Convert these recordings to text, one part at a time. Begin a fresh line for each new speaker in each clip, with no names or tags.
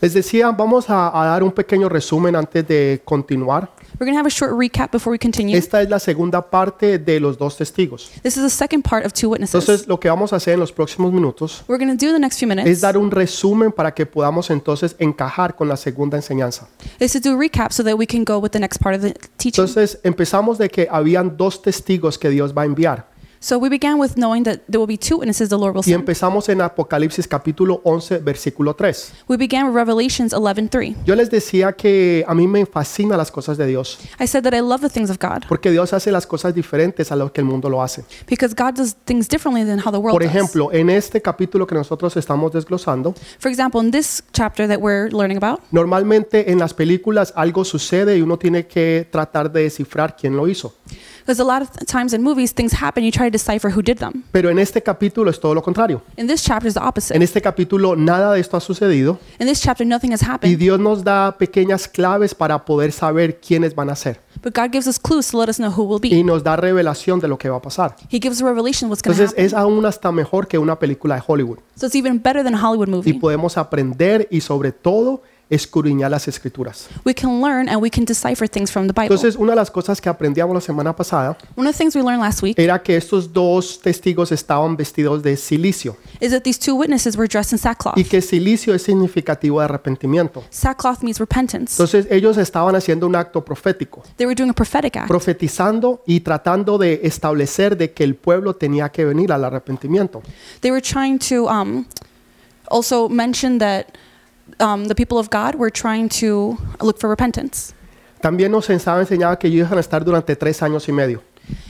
Les decía, vamos a, a dar un pequeño resumen antes de continuar.
We're going to have a short recap before we continue.
Esta es la segunda parte de los dos testigos.
This is the second part of Two Witnesses.
Entonces, lo que vamos a hacer en los próximos minutos
We're going to do in the next few
es
minutes
dar un resumen para que podamos entonces encajar con la segunda enseñanza.
is to do a recap so that we can go with the next part of the teaching.
Entonces, empezamos de que habían dos testigos que Dios va a enviar.
So we began with knowing that there will be two witnesses the Lord will
Y
send.
empezamos en Apocalipsis capítulo 11, versículo 3.
We began with Revelations 11:3.
Yo les decía que a mí me fascinan las cosas de Dios,
I said that I love the things of God
porque Dios hace las cosas diferentes a lo que el mundo lo hace.
because God does things differently than how the world
Por ejemplo, en este capítulo que nosotros estamos desglosando,
does. For example, in this chapter that we're learning about,
normalmente en las películas algo sucede y uno tiene que tratar de descifrar quién lo hizo.
there's a lot of times in movies things happen, you try to decipher who did them.
Pero en este capítulo es todo lo contrario.
In this chapter is the
En
opposite.
este capítulo nada de esto ha sucedido
In this chapter nothing has
y
happened,
Dios nos da pequeñas claves para poder saber quiénes van a ser
but God gives us clues to let us know who will be.
y nos da revelación de lo que va a pasar.
He gives a revelation what's going to
Entonces
happen.
es aún hasta mejor que una película de Hollywood
So it's even better than a Hollywood
y
movie.
podemos aprender y sobre todo escudriñar las escrituras.
We can learn and we can decipher things from the Bible.
Entonces una de las cosas que aprendíamos la semana pasada
One of the things we learned last week
era que estos dos testigos estaban vestidos de silicio
is that these two witnesses were dressed in
y
sackcloth.
que silicio es significativo de arrepentimiento.
Sackcloth means repentance.
Entonces ellos estaban haciendo un acto profético,
They were doing a prophetic act.
profetizando y tratando de establecer de que el pueblo tenía que venir al arrepentimiento.
They were trying to um, also mention that um, the people of God were trying to look for repentance.
También nos estaba enseñado que ellos iban a estar durante tres años y medio.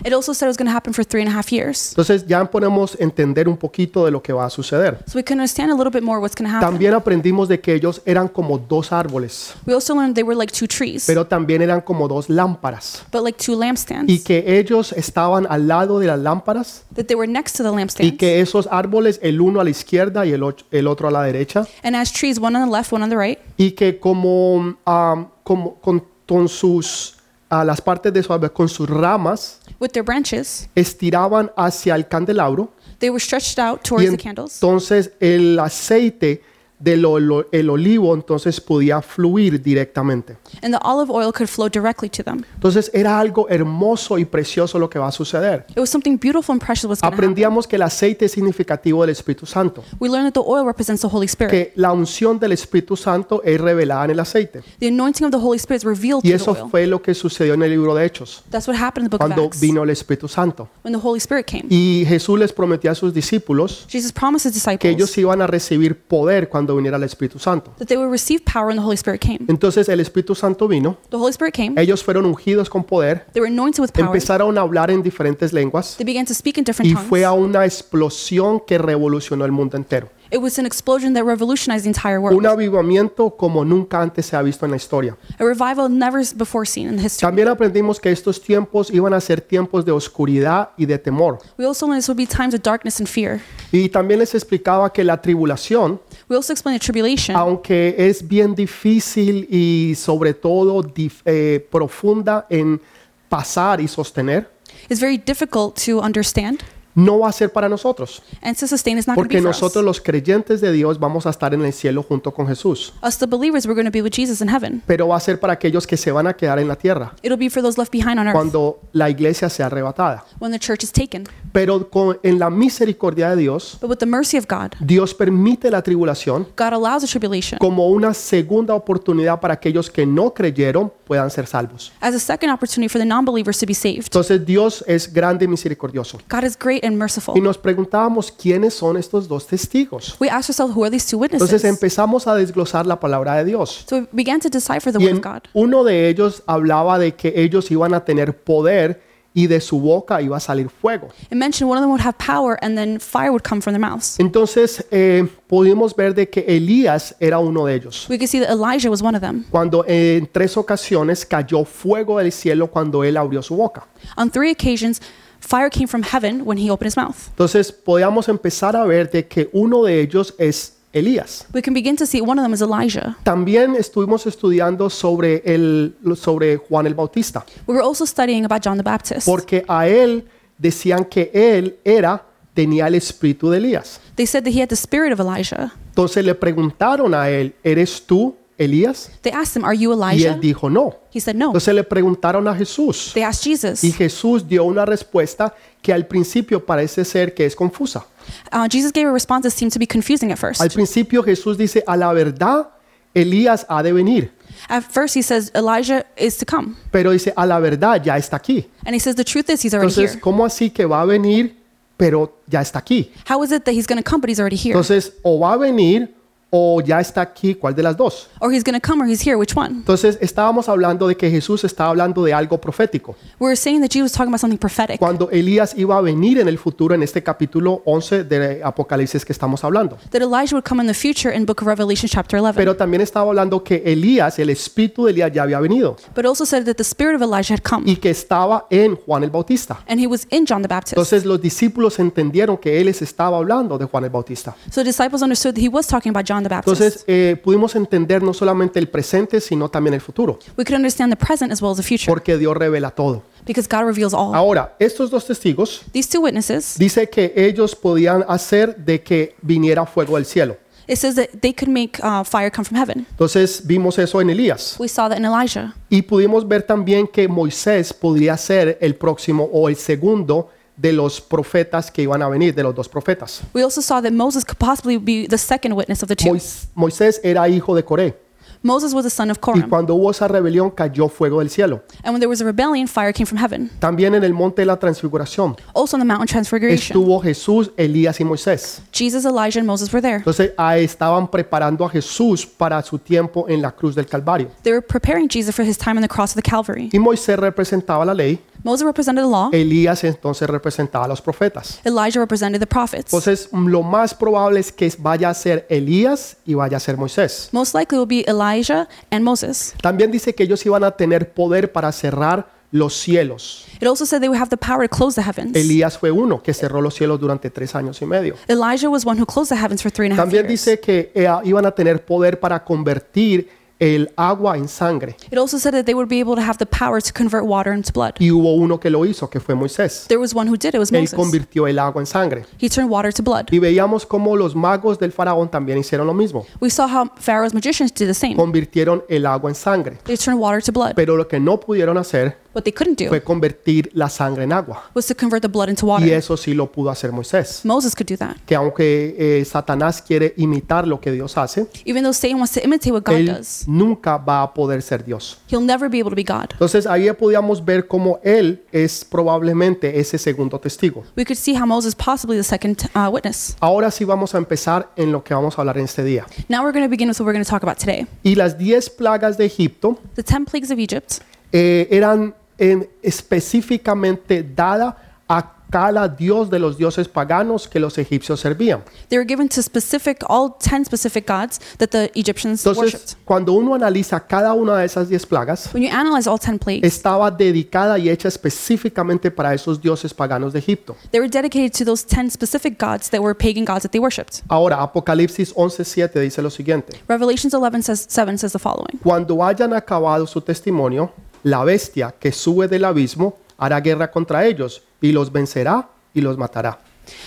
It also said it was going to happen for three and a half years.
Entonces ya podemos entender un poquito de lo que va a suceder.
So we can understand a little bit more what's going to happen.
También aprendimos de que ellos eran como dos árboles,
We also learned they were like two trees,
pero también eran como dos lámparas
but like two
y
lampstands.
que ellos estaban al lado de las lámparas
That they were next to the
y
lampstands.
que esos árboles, el uno a la izquierda y el, och- el otro a la derecha,
And as trees, one on the left, one on the right.
y que como, am, como con, con sus, a las partes de su árbol, con sus ramas,
with their branches.
estiraban hacia el candelabro
They were stretched out
y
towards the candles.
entonces el aceite del olo- el olivo entonces podía fluir directamente.
And the olive oil could flow directly to them.
Entonces era algo hermoso y precioso lo que va a suceder.
It was something beautiful and precious was going to happen.
Aprendíamos que el aceite es significativo del Espíritu Santo,
We learned that the oil represents the Holy Spirit.
que la unción del Espíritu Santo es revelada en el aceite.
The anointing of the Holy Spirit is revealed
Y
through the
eso
oil.
fue lo que sucedió en el libro de Hechos,
That's what happened in the book of
cuando
Acts
vino el Espíritu Santo.
when the Holy Spirit came.
Y Jesús les prometió a sus discípulos
Jesus promised his
que ellos
disciples
iban a recibir poder cuando viniera el Espíritu Santo.
that they would receive power when the Holy Spirit came.
Entonces el Espíritu Santo vino,
The Holy Spirit came.
ellos fueron ungidos con poder,
They were anointed with power.
empezaron a hablar en diferentes lenguas
They began to speak in different
y fue a
tongues.
una explosión que revolucionó el mundo entero.
It was an explosion that revolutionized the entire
Un
world.
avivamiento como nunca antes se ha visto en la historia.
A revival never s- before seen in history.
También aprendimos que estos tiempos iban a ser tiempos de oscuridad y de temor.
We also learned this would be times of darkness and fear.
Y también les explicaba que la tribulación,
We also explained the tribulation.
aunque es bien difícil y sobre todo dif- eh, profunda en pasar y sostener,
It's very difficult to understand
no va a ser para nosotros,
and to sustain is not going to
porque
be for
nosotros
us.
los creyentes de Dios vamos a estar en el cielo junto con Jesús,
Us, the believers, we're going to be with Jesus in heaven.
pero va a ser para aquellos que se van a quedar en la tierra
It'll be for those left behind on earth
cuando la iglesia sea arrebatada.
when the church is taken.
Pero con- en la misericordia de Dios,
But with the mercy of God,
Dios permite la tribulación
God allows a tribulation
como una segunda oportunidad para aquellos que no creyeron puedan ser salvos.
as a second opportunity for the non believers to be saved.
Entonces Dios es grande y misericordioso.
God is great and
Y
merciful.
nos preguntábamos quiénes son estos dos testigos.
We asked ourselves, who are these two
Entonces
witnesses?
empezamos a desglosar la palabra de Dios.
So we began to decipher the
Y
word of
en
God.
uno de ellos hablaba de que ellos iban a tener poder y de su boca iba a salir fuego.
It mentioned one of them would have power and then fire would come from their mouths.
Entonces eh, pudimos ver de que Elías era uno de ellos.
We could see that Elijah was one of them.
Cuando eh, en tres ocasiones cayó fuego del cielo cuando él abrió su boca.
On three occasions, fire came from heaven when he opened his mouth.
Entonces podíamos empezar a ver de que uno de ellos es Elías.
We can begin to see one of them is Elijah.
También estuvimos estudiando sobre, el, sobre Juan el Bautista,
We were also studying about John the Baptist.
porque a él decían que él era, tenía el espíritu de Elías.
They said that he had the spirit of Elijah.
Entonces le preguntaron a él, ¿eres tú Elías?
They asked him, Are you
Y él
Elijah?
dijo, no.
He said, No.
Entonces le preguntaron a Jesús
They asked Jesus.
y Jesús dio una respuesta que al principio parece ser que es confusa.
Uh, Jesus gave a response that seemed to be confusing at
Al
first.
principio Jesús dice, a la verdad, Elías ha de venir.
At first, he says, Elijah is to come.
Pero dice, a la verdad, ya está aquí.
And he says, The truth is, he's already
Entonces,
here.
¿cómo así que va a venir, pero ya está aquí?
How is it that he's going to come, but he's already here?
Entonces, o va a venir o ya está aquí, ¿cuál de las dos?
Or he's going to come, or he's here? Which one?
Entonces, estábamos hablando de que Jesús estaba hablando de algo profético.
We were saying that Jesus was talking about something prophetic.
Cuando Elías iba a venir en el futuro, en este capítulo 11 de Apocalipsis que estamos hablando.
that Elijah would come in the future in Book of Revelation chapter 11.
Pero también estaba hablando que Elías, el espíritu de Elías ya había venido
but also said that the spirit of Elijah had come
y que estaba en Juan el Bautista.
and he was in John the Baptist.
Entonces los discípulos entendieron que él les estaba hablando de Juan el Bautista.
so the disciples understood that he was talking about John the Baptist.
Entonces eh, pudimos entender no solamente el presente, sino también el futuro,
we could understand the present as well as the future
porque Dios revela todo.
because God reveals all.
Ahora, estos dos testigos
These two witnesses,
dice que ellos podían hacer de que viniera fuego del cielo.
it says that they could make uh, fire come from heaven.
Entonces vimos eso en Elías
We saw that in Elijah.
y pudimos ver también que Moisés podría ser el próximo o el segundo de los profetas que iban a venir, de los dos profetas.
We also saw that Moses could possibly be the second witness of the two.
Mois- Moisés era hijo de Coré
Moses was the son of
y
Korah.
cuando hubo esa rebelión cayó fuego del cielo.
and when there was a rebellion, fire came from heaven.
También en el monte de la transfiguración
Also on the Mount of Transfiguration,
estuvo Jesús, Elías y Moisés.
Jesus, Elijah, and Moses were there.
Entonces ah, estaban preparando a Jesús para su tiempo en la cruz del Calvario.
They were preparing Jesus for his time on the cross of the Calvary.
Y Moisés representaba la ley,
Moses represented the law.
Elías entonces representaba a los profetas.
Elijah represented the prophets.
Entonces lo más probable es que vaya a ser Elías y vaya a ser Moisés.
Most likely will be Elijah and Moses.
También dice que ellos iban a tener poder para cerrar los cielos.
It also said they would have the power to close the heavens.
Elías fue uno que cerró los cielos durante tres años y medio.
Elijah was one who closed the heavens for three and a half
También
years.
dice que eh, iban a tener poder para convertir el agua en sangre.
It also said that they would be able to have the power to convert water into blood.
Y hubo uno que lo hizo, que fue Moisés.
There was one who did. It was
Él
Moses.
convirtió el agua en sangre.
He turned water to blood.
Y veíamos cómo los magos del faraón también hicieron lo mismo.
We saw how Pharaoh's magicians did the same.
Convirtieron el agua en sangre.
They turned water to blood.
Pero lo que no pudieron hacer
What they couldn't do
fue convertir la sangre en agua.
was to convert the blood into
Y
water.
eso sí lo pudo hacer Moisés.
Moses could do that.
Que aunque eh, Satanás quiere imitar lo que Dios hace,
Even though Satan wants to imitate what God
él
does,
nunca va a poder ser Dios.
he'll never be able to be God.
Entonces ahí podíamos ver cómo él es probablemente ese segundo testigo.
We could see how Moses is possibly the second uh, witness.
Ahora sí vamos a empezar en lo que vamos a hablar en este día.
Now we're going to begin with what we're going to talk about today.
Y las 10 plagas de Egipto
The 10 plagues of Egypt
eh, eran en- específicamente dadas a cada dios de los dioses paganos que los egipcios servían.
They were given to specific, all 10 specific gods that the Egyptians worshipped.
Entonces, cuando uno analiza cada una de esas 10 plagas,
When you analyze all 10 plagues,
estaba dedicada y hecha específicamente para esos dioses paganos de Egipto.
they were dedicated to those 10 specific gods that were pagan gods that they worshipped.
Ahora, Apocalipsis 11.7 dice lo siguiente.
Revelations 11 says, 7 says the following
Cuando hayan acabado su testimonio, la bestia que sube del abismo hará guerra contra ellos y los vencerá y los matará.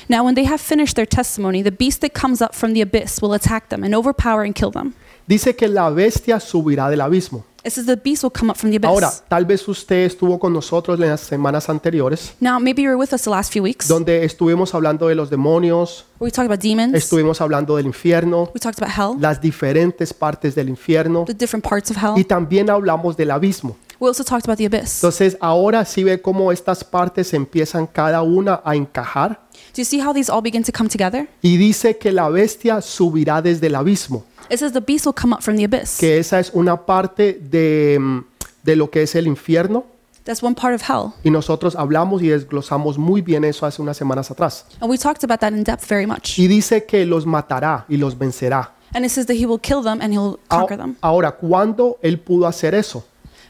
Now, when they have finished their testimony, the beast that comes up from the abyss will attack them and overpower and kill them.
Dice que la bestia subirá del abismo.
It says the beast will come up from the abyss.
Ahora, tal vez usted estuvo con nosotros en las semanas anteriores,
Now, maybe you were with us the last few weeks.
donde estuvimos hablando de los demonios,
we talked about demons.
estuvimos hablando del infierno,
We talked about hell,
las diferentes partes del infierno
the different parts of hell.
y también hablamos del abismo.
We also talked about the abyss.
Entonces, ahora sí ve cómo estas partes empiezan cada una a encajar
Do you see how these all begin to come together?
y dice que la bestia subirá desde el abismo,
It says the beast will come up from the abyss.
que esa es una parte de, mm, de lo que es el infierno
That's one part of hell.
y nosotros hablamos y desglosamos muy bien eso hace unas semanas atrás.
And we talked about that in depth very much.
Y dice que los matará y los vencerá.
And it says that he will kill them and he'll
Ah,
conquer them.
Ahora, ¿cuándo él pudo hacer eso?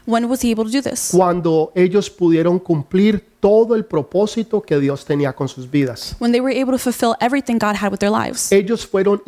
When was he able to do this?
Cuando ellos pudieron cumplir todo el propósito que Dios tenía con sus vidas.
when they were able to fulfill everything God had with their lives.
Ellos fueron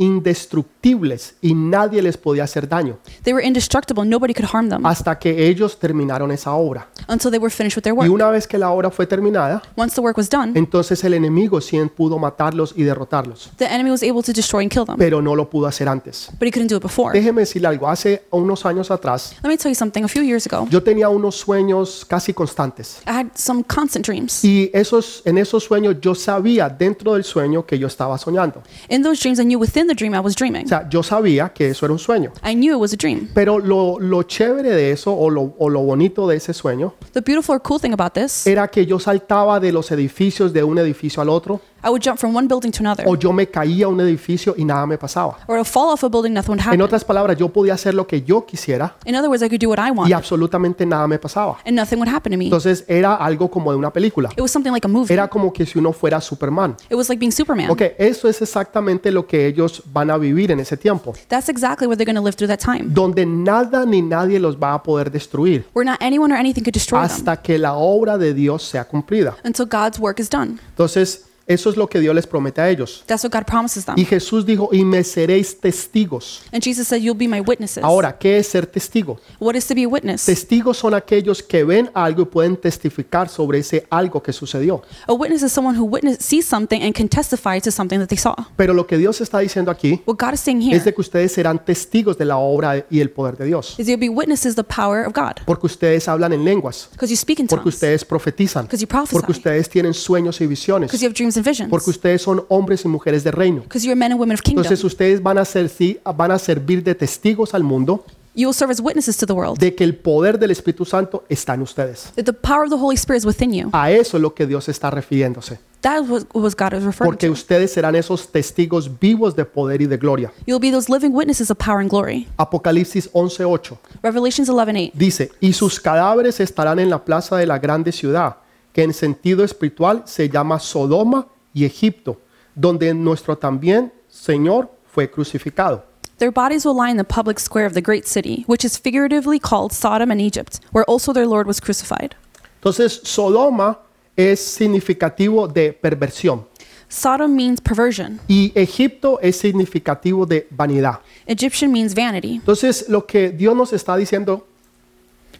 indestructibles y nadie les podía hacer daño
They were indestructible, nobody could harm them
hasta que ellos terminaron esa obra.
until they were finished with their
Y
work.
una vez que la obra fue terminada,
Once the work was done,
entonces el enemigo sí pudo matarlos y derrotarlos,
the enemy was able to destroy and kill them,
pero no lo pudo hacer antes.
but he couldn't do it before. Let
Déjeme decirle algo, hace unos años atrás
me tell you something, a few years ago,
yo tenía unos sueños casi constantes.
I had some constant dreams.
Y esos, en esos sueños yo sabía dentro del sueño que yo estaba soñando.
In those dreams, I knew within the dream I was
O
dreaming.
sea, yo sabía que eso era un sueño.
I knew it was a dream.
Pero lo, lo chévere de eso o lo, o lo bonito de ese sueño
The beautiful or cool thing about this,
era que yo saltaba de los edificios de un edificio al otro
I would jump from one building to another,
o yo me caía a un edificio y nada me pasaba.
or I would fall off a building, nothing would
En
happen.
otras palabras, yo podía hacer lo que yo quisiera
In other words, I could do what
y
I want,
absolutamente nada me pasaba.
and nothing would happen to me.
Entonces era algo como de una película.
It was something like a movie.
Era como que si uno fuera Superman.
It was like being Superman.
Ok, eso es exactamente lo que ellos van a vivir en ese tiempo,
That's exactly what they're going to live through that time.
donde nada ni nadie los va a poder destruir
Where not anyone or anything could destroy them
hasta que la obra de Dios sea cumplida.
until God's work is done.
Entonces, eso es lo que Dios les promete a ellos.
That's what God promises them.
Y Jesús dijo, y me seréis testigos.
And Jesus said, You'll be my witnesses.
Ahora, ¿qué es ser testigo?
What is to be a witness?
Testigos son aquellos que ven algo y pueden testificar sobre ese algo que sucedió.
A witness is someone who witness, sees something and can testify to something that they saw.
Pero lo que Dios está diciendo aquí
What God is saying here
es de que ustedes serán testigos de la obra y el poder de Dios.
is you'll be witnesses the power of God
Porque ustedes hablan en lenguas,
because you speak in
porque
tongues,
ustedes profetizan,
because you prophesy,
porque ustedes tienen sueños y
because
visiones,
you have dreams and
porque
visions,
ustedes son hombres y mujeres de reino.
because you're men and women of kingdom.
Entonces ustedes van a, ser, sí, van a servir de testigos al mundo
You will serve as witnesses to the world
de que el poder del Espíritu Santo está en ustedes.
that the power of the Holy Spirit is within you.
A eso es lo que Dios está refiriéndose,
That was what was God was referring
porque
to.
ustedes serán esos testigos vivos de poder y de gloria.
You'll be those living witnesses of power and glory.
Apocalipsis 11:8
Revelations 11:8.
dice, y sus cadáveres estarán en la plaza de la grande ciudad, que en sentido espiritual se llama Sodoma y Egipto, donde nuestro también Señor fue crucificado.
Their bodies will lie in the public square of the great city, which is figuratively called Sodom and Egypt, where also their Lord was crucified.
Entonces, Sodoma es significativo de perversión
Sodom means perversion.
y Egipto es significativo de vanidad.
Egyptian means vanity.
Entonces, lo que Dios nos está diciendo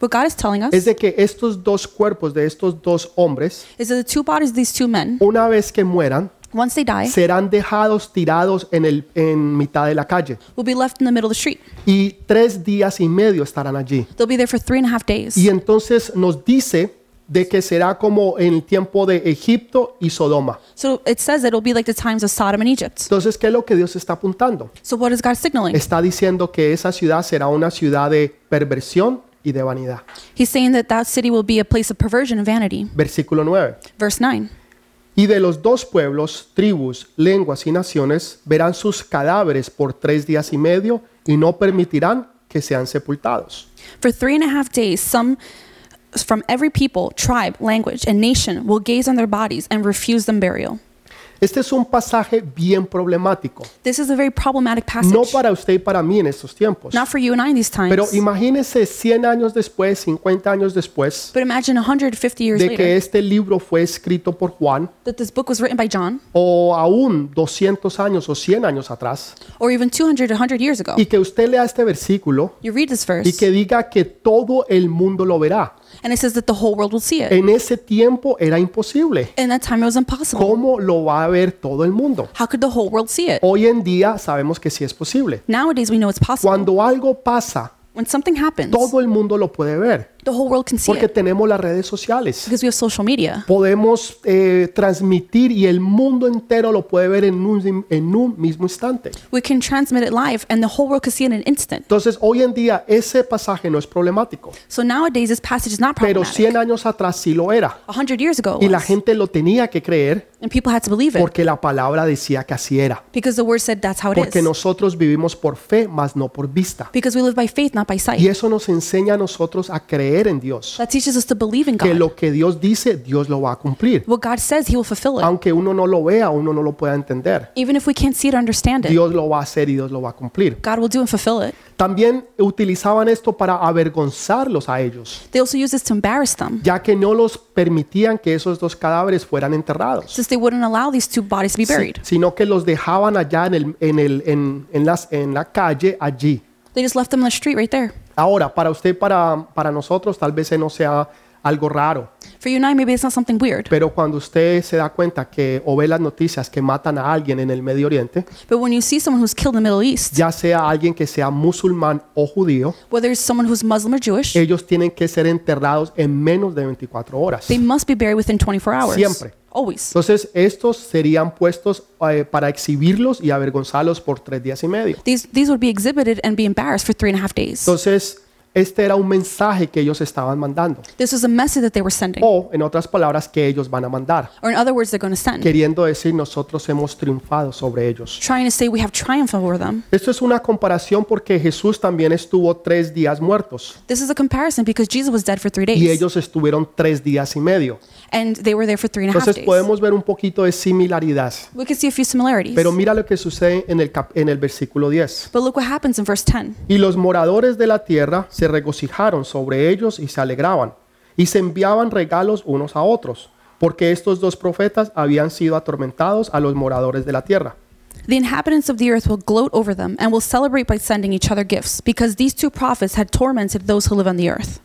What God is telling us
es de que estos dos cuerpos de estos dos hombres,
is that the two bodies of these two men,
una vez que mueran,
once they die,
serán dejados tirados en, el, en mitad de la calle
will be left in the middle of the street.
y tres días y medio estarán allí.
They'll be there for three and a half days.
Y entonces nos dice de que será como en el tiempo de Egipto y Sodoma.
So it says that it'll be like the times of Sodom and Egypt.
Entonces, ¿qué es lo que Dios está apuntando?
So what is God signaling?
Está diciendo que esa ciudad será una ciudad de perversión y de vanidad.
He's saying that that city will be a place of perversion and vanity.
Versículo 9.
Verse 9.
Y de los dos pueblos, tribus, lenguas y naciones verán sus cadáveres por tres días y medio y no permitirán que sean sepultados.
For three and a half days, some from every people, tribe, language, and nation will gaze on their bodies and refuse them burial.
Este es un pasaje bien problemático,
This is a very problematic passage.
no para usted y para mí en estos tiempos.
Not for you and I in these times.
Pero imagínese 100 años después, 50 años después
but imagine 150 years
de
later
que este libro fue escrito por Juan,
that this book was written by John,
o aún 200 años o 100 años atrás,
or even 200, 100 years ago.
y que usted lea este versículo
You read this
y
verse,
que diga que todo el mundo lo verá.
and it says that the whole world will see it.
En ese tiempo era imposible.
In that time, it was impossible.
¿Cómo lo va a ver todo el mundo?
How could the whole world see it?
Hoy en día sabemos que sí es posible.
Nowadays, we know it's possible.
Cuando algo pasa,
when something happens,
todo el mundo lo puede ver,
the whole world can see
porque
it
tenemos las redes sociales.
because we have social media.
Podemos eh, transmitir y el mundo entero lo puede ver en un, en un mismo instante.
We can transmit it live, and the whole world can see it in an instant.
Entonces, hoy en día ese pasaje no es problemático,
So nowadays, this passage is not
pero
problematic.
100 años atrás sí lo era.
A hundred years ago, it
Y la
was.
gente lo tenía que creer
and people had to believe it
porque la palabra decía que así era.
because the word said that's how it
Porque
is.
nosotros vivimos por fe, mas no por vista.
Because we live by faith, not by sight.
Y eso nos enseña a nosotros a creer en Dios.
That teaches us to believe in
Que
God.
lo que Dios dice, Dios lo va a cumplir.
What God says, He will fulfill it.
Aunque uno no lo vea, uno no lo pueda entender.
Even if we can't see it or understand it,
Dios lo va a hacer y Dios lo va a cumplir.
God will do and fulfill it.
También utilizaban esto para avergonzarlos a ellos,
They also used this to embarrass them,
ya que no los permitían que esos dos cadáveres fueran enterrados,
since they wouldn't allow these two bodies to be
si-
buried.
sino que los dejaban allá en, el- en el- en- en las- en la calle, allí.
They just left them in the street right there.
Ahora, para usted, para, para nosotros, tal vez no sea algo raro,
For you and I, maybe it's not something weird.
pero cuando usted se da cuenta que o ve las noticias que matan a alguien en el Medio Oriente,
But when you see someone who's killed in the Middle East,
ya sea alguien que sea musulmán o judío,
whether it's someone who's Muslim or Jewish,
ellos tienen que ser enterrados en menos de 24 horas.
they must be buried within 24 hours.
Siempre.
Always.
Entonces, estos serían puestos eh, para exhibirlos y avergonzarlos por tres días y medio.
These, these would be exhibited and be embarrassed for three and a half days.
Entonces, este era un mensaje que ellos estaban mandando,
this was a message that they were sending.
o en otras palabras, que ellos van a mandar,
Or in other words, they're going to send.
queriendo decir nosotros hemos triunfado sobre ellos.
Trying to say we have triumph over them.
Esto es una comparación porque Jesús también estuvo tres días muertos
This is a comparison because Jesus was dead for three days.
y ellos estuvieron tres días y medio.
and they were there for three and a half
Entonces
days.
podemos ver un poquito de similaridad.
we can see a few similarities.
Pero mira lo que sucede en el, cap- en el versículo 10.
but look what happens in verse 10.
Y los moradores de la tierra se regocijaron sobre ellos y se alegraban, y se enviaban regalos unos a otros, porque estos dos profetas habían sido atormentados a los moradores de la tierra.
The inhabitants of the earth will gloat over them and will celebrate by sending each other gifts, because these two prophets had tormented those who live on the earth.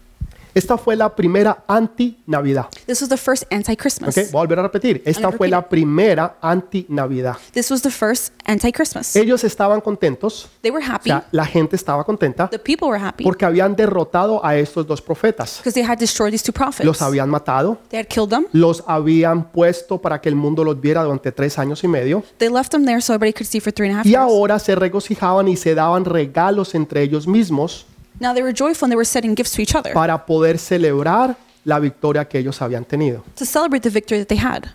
Esta fue la primera anti-Navidad.
This was the first anti
¿ok?
Christmas.
Voy a volver a repetir. Esta fue la primera anti-Navidad.
This was the first anti Christmas.
Ellos estaban contentos,
They were
o
happy.
sea, la gente estaba contenta
The people were happy
porque habían derrotado a estos dos profetas.
because they had destroyed these two prophets.
Los habían matado,
They had killed them.
los habían puesto para que el mundo los viera durante tres años y medio.
They left them there so everybody could see for three and a half
Y
years.
ahora se regocijaban y se daban regalos entre ellos mismos
Now they were joyful and they were sending gifts to each other
para poder celebrar la victoria que ellos habían tenido.
to celebrate the victory that they had.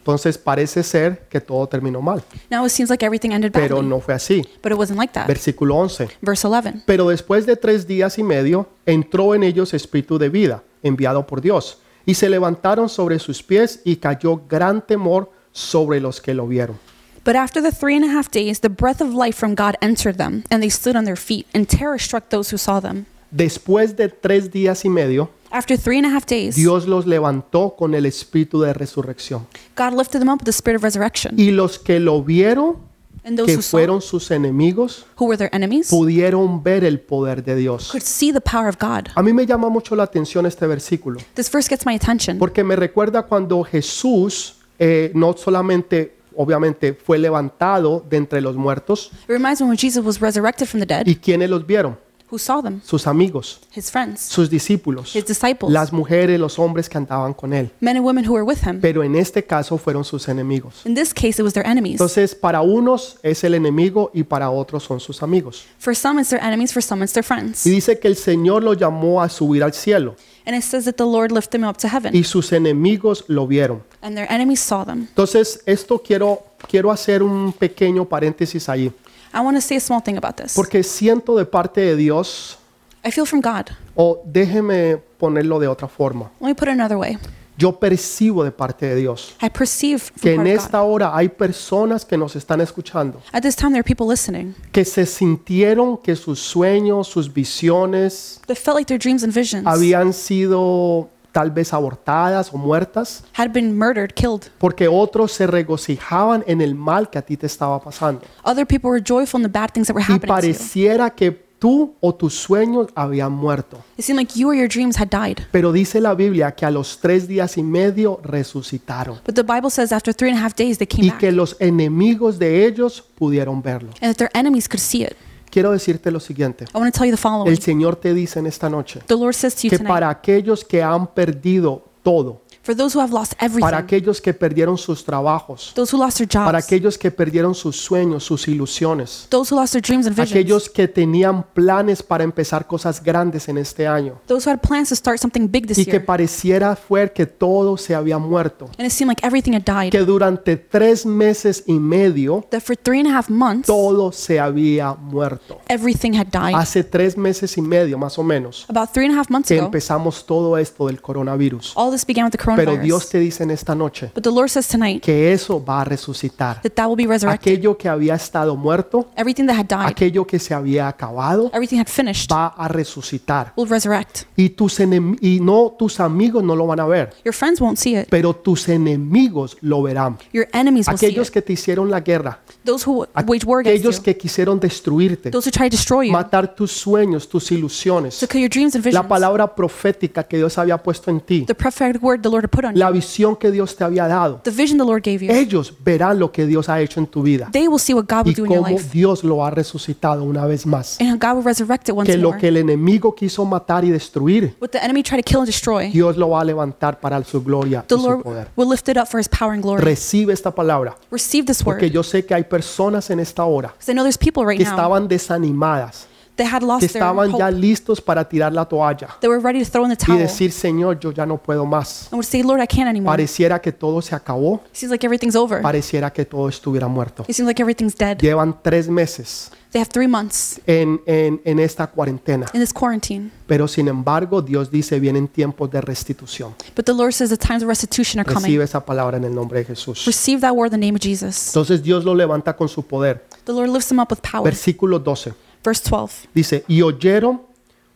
Entonces parece ser que todo terminó mal,
Now it seems like everything ended
pero
badly,
no fue así.
but it wasn't like that.
Versículo 11.
Verse 11.
Pero después de tres días y medio, entró en ellos espíritu de vida, enviado por Dios, y se levantaron sobre sus pies y cayó gran temor sobre los que lo vieron.
But after the three and a half days, the breath of life from God entered them, and they stood on their feet, and terror struck those who saw them.
Después de tres días y medio,
After three and a half days,
Dios los levantó con el espíritu de resurrección.
God lifted them up with the spirit of resurrection,
Y los que lo vieron,
and those
que
who saw,
fueron sus enemigos,
who were their enemies,
pudieron ver el poder de Dios.
could see the power of God.
A mí me llama mucho la atención este versículo,
This verse gets my attention
porque me recuerda cuando Jesús eh, no solamente, obviamente, fue levantado de entre los muertos,
It reminds me when Jesus was resurrected from the dead,
¿y quiénes los vieron?
who saw them?
Sus amigos,
His friends,
sus discípulos,
his disciples,
las mujeres, los hombres que andaban con él.
men and women who were with him.
Pero en este caso fueron sus enemigos.
In this case, it was their enemies.
Entonces, para unos es el enemigo y para otros son sus amigos.
For some, it's their enemies, for some, it's their friends.
Y dice que el Señor lo llamó a subir al cielo
And it says that the Lord lifted them up to heaven,
y sus enemigos lo vieron.
and their enemies saw them.
Entonces, esto quiero, quiero hacer un pequeño paréntesis ahí,
I want to say a small thing about this.
porque siento de parte de Dios,
I feel from God.
o déjeme ponerlo de otra forma,
Let me put it another way.
yo percibo de parte de Dios
I perceive from
que en
part of God.
esta hora hay personas que nos están escuchando,
At this time, there are people listening
que se sintieron que sus sueños, sus visiones
that felt like their dreams and visions
habían sido tal vez abortadas o muertas,
had been murdered, killed.
porque otros se regocijaban en el mal que a ti te estaba pasando.
Other people were joyful in the bad things that were
y
happening to you.
pareciera que tú o tus sueños habían muerto.
It seemed like you or your dreams had died.
Pero dice la Biblia que a los tres días y medio resucitaron
But the Bible says after three and a half days, they came
y
back,
que los enemigos de ellos pudieron verlo.
and that their enemies could see it.
Quiero decirte lo siguiente.
I want to tell you the following.
El Señor te dice en esta noche
The Lord says to you
que
tonight,
para aquellos que han perdido todo,
for those who have lost
para
everything,
aquellos que perdieron sus trabajos,
those who lost their
para
jobs,
aquellos que perdieron sus sueños, sus ilusiones,
those who lost their dreams and visions,
aquellos que tenían planes para empezar cosas grandes en este año
those who had plans to start something big
y
this
que
year,
pareciera fue que todo se había muerto.
and it seemed like everything had died,
que durante tres meses y medio
that for three and a half months,
todo se había muerto.
everything had died.
Hace tres meses y medio más o menos
About three and a half months
que
ago,
empezamos todo esto del coronavirus.
Oh, all this began with the
Pero Dios
coronavirus.
te dice en esta noche
But the Lord says tonight
que eso va a resucitar.
that that will be resurrected.
Aquello que había estado muerto,
Everything that had died,
aquello que se había acabado,
everything had finished,
va a resucitar.
will resurrect.
Y tus enem- y no tus amigos no lo van a ver,
Your friends won't see it.
pero tus enemigos lo verán.
Your enemies will see
Aquellos
it.
que te hicieron la guerra,
Those who wage war against
aquellos
you.
que quisieron destruirte,
Those who try to destroy you.
matar tus sueños, tus
To
ilusiones,
kill your dreams and visions.
la palabra profética que Dios había puesto en ti,
The prophetic word the Lord had put on you.
la visión que Dios te había dado.
The vision the Lord gave you.
Ellos verán lo que Dios ha hecho en tu vida
They will see what God will
y
do in your
cómo
life.
Dios lo ha resucitado una vez más.
And how God will resurrect it once
Que lo
more.
que el enemigo quiso matar y destruir,
What the enemy tried to kill and destroy,
Dios lo va a levantar para su gloria y
the
su
Lord
poder.
will lift it up for his power and glory.
Recibe esta palabra,
Receive this word.
porque yo sé que hay personas en esta hora
Because I know there's people right
que
now
estaban desanimadas,
that had
que
lost their
estaban ya
hope.
listos para tirar la toalla
They were ready to throw in the
y
towel and
decir, Señor, yo ya no puedo más.
would say, Lord, I can't anymore. It
Pareciera que todo se acabó,
seems like everything's over.
pareciera que todo estuviera muerto.
It seems like everything's dead.
Llevan tres meses
They have three months
en, en- en esta cuarentena,
in this quarantine.
pero sin embargo Dios dice, vienen tiempos de restitución.
But the Lord says the times of restitution are coming.
Recibe esa palabra en el nombre de Jesús.
Receive that word in the name of Jesus.
Entonces Dios lo levanta con su poder.
The Lord lifts them up with power.
Versículo 12.
Verse 12.
Dice, y oyeron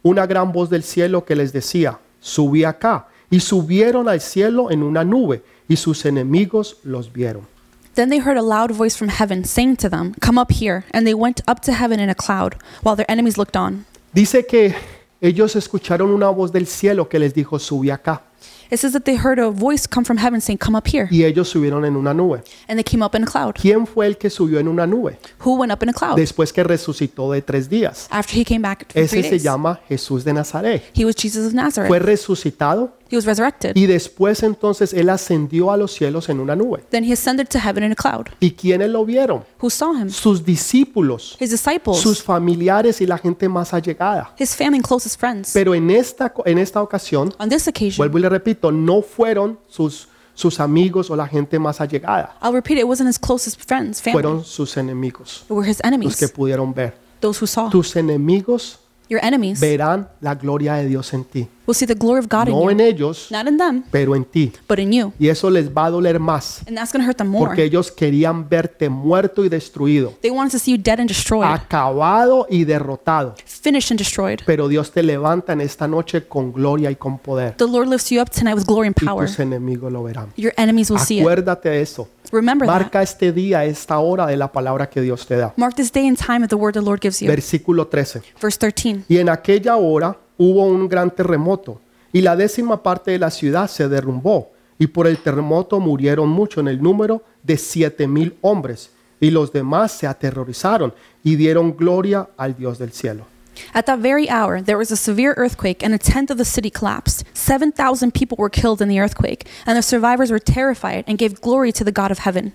una gran voz del cielo que les decía, subí acá. Y subieron al cielo en una nube y sus enemigos los vieron.
Then they heard a loud voice from heaven saying to them, Come up here. And they went up to heaven in a cloud, while their enemies looked on.
Dice que ellos escucharon una voz del cielo que les dijo, subí acá.
It says that they heard a voice come from heaven saying, Come up here.
Y ellos subieron en una nube.
And they came up in a cloud.
¿Quién fue el que subió en una nube
Who went up in a cloud?
después que resucitó de tres días?
After he came back for three
Ese se
days.
llama Jesús de Nazaret.
He was Jesus of
Fue
Nazareth.
resucitado
He was resurrected.
y después entonces él ascendió a los cielos en una nube.
Then he ascended to heaven in a cloud.
¿Y quiénes lo vieron?
Who saw him?
Sus discípulos.
His disciples,
sus familiares y la gente más allegada.
his family and closest friends.
Pero en esta, co- en esta ocasión,
On this occasion,
vuelvo y le repito, no fueron sus, sus amigos o la gente más allegada,
I'll repeat it wasn't his closest friends, family.
fueron sus enemigos,
It were his
los que
enemies,
pudieron ver.
those who saw.
Tus enemigos
Your enemies
verán la gloria de Dios en ti,
will see the glory of God in
no
you.
en ellos,
Not in them,
pero en ti.
but in you.
Y eso les va a doler más,
And that's going to hurt them more.
porque ellos querían verte muerto y destruido,
They wanted to see you dead and destroyed,
Ah. acabado y derrotado.
finished and destroyed.
Pero Dios te levanta en esta noche con gloria y con poder,
The Lord lifts you up tonight with glory and
y
power.
tus enemigos lo verán.
Your enemies will see it.
Acuérdate de eso.
Remember that.
Marca este día, esta hora de la palabra que Dios te da.
Mark this day and time of the word the Lord gives you.
Versículo 13.
Verse 13.
Y en aquella hora hubo un gran terremoto, y la décima parte de la ciudad se derrumbó, y por el terremoto murieron mucho en el número de siete mil hombres, y los demás se aterrorizaron y dieron gloria al Dios del cielo.
At that very hour, there was a severe earthquake, and a tenth of the city collapsed. 7,000 people were killed in the earthquake, and the survivors were terrified and gave glory to the God of heaven.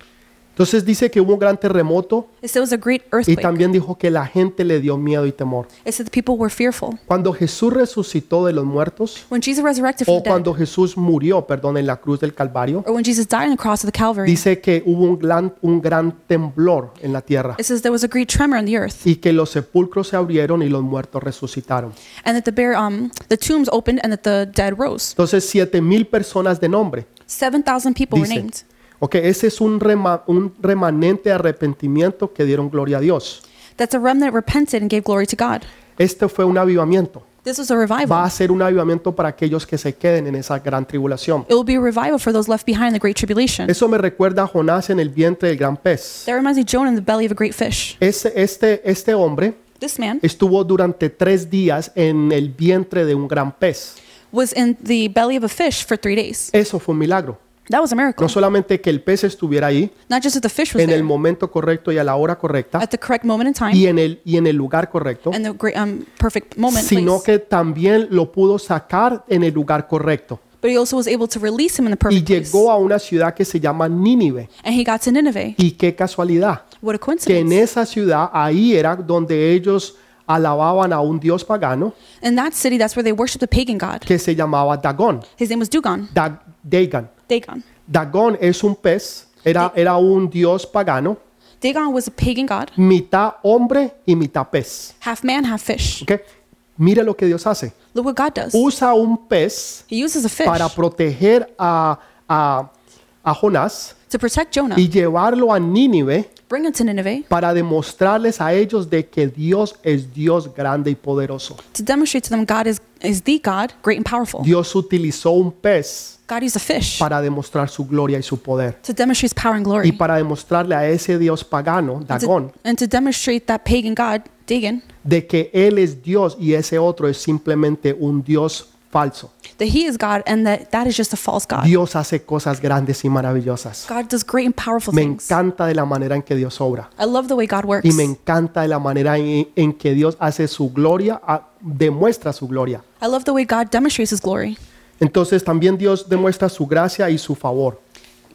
Entonces dice que hubo un gran terremoto
It said it was a great
y
earthquake.
también dijo que la gente le dio miedo y temor.
It said the people were fearful.
Cuando Jesús resucitó de los muertos,
When Jesus resurrected from
o
the dead,
Oh, cuando Jesús murió, perdón, en la cruz del Calvario,
or when Jesus died on the cross of the Calvary,
dice que hubo un gran, un gran temblor en la tierra
it says there was a great tremor on the earth.
y que los sepulcros se abrieron y los muertos resucitaron.
and that the bear, um, the tombs opened and that the dead rose.
Entonces, siete mil personas de nombre,
Seven thousand people were
dice.
named.
Ok, ese es un, rema- un remanente de arrepentimiento que dieron gloria a Dios.
That's a remnant repented and gave glory to God.
Este fue un avivamiento.
This was a revival.
Va a ser un avivamiento para aquellos que se queden en esa gran tribulación.
It will be a revival for those left behind in the great tribulation.
Eso me recuerda a Jonás en el vientre del gran pez.
That reminds me of Jonah in the belly of a great fish.
Ese- este, este hombre
This man
estuvo durante tres días en el vientre de un gran pez.
was in the belly of a fish for three days.
Eso fue un milagro.
That was a miracle.
No solamente que el pez estuviera ahí
Not just that the fish was
en el
there
momento correcto y a la hora correcta
at the correct moment in time
y en el, y en el lugar correcto,
and the great um, perfect moment,
sino
place,
que también lo pudo sacar en el lugar correcto.
but he also was able to release him in the
Y
perfect place.
llegó a una ciudad que se llama Nínive.
And he got to Nineveh.
Y qué casualidad,
What
que
a
en
coincidence.
esa ciudad ahí era donde ellos alababan a un dios pagano
In that city, that's where they worshipped a pagan god.
que se llamaba Dagón.
His name was Dugan.
Da- Dagon.
Dagon.
Dagón es un pez, era, era un dios pagano,
Dagon was a pagan god,
mitad hombre y mitad pez.
half man, half fish.
¿ok? Mira lo que Dios hace.
Look what God does.
Usa un pez
He uses a fish
para proteger a, a, a Jonás
to protect Jonah,
y llevarlo a Nínive
bring him to Nineveh,
para demostrarles a ellos de que Dios es Dios grande y poderoso.
to demonstrate to them God is, is the God, great and powerful.
Dios utilizó un pez
God used a fish
para demostrar su gloria y su poder
to demonstrate his power and glory.
y para demostrarle a ese Dios pagano,
And to-
Dagón,
and to demonstrate that pagan god, Dagon,
de que Él es Dios y ese otro es simplemente un Dios falso.
that he is God and that that is just a false god.
Dios hace cosas grandes y maravillosas.
God does great and powerful
Me
things.
encanta de la manera en que Dios obra.
I love the way God works.
Y me encanta de la manera en, en que Dios hace su gloria, a- demuestra su gloria.
I love the way God demonstrates his glory.
Entonces también Dios demuestra su gracia y su favor.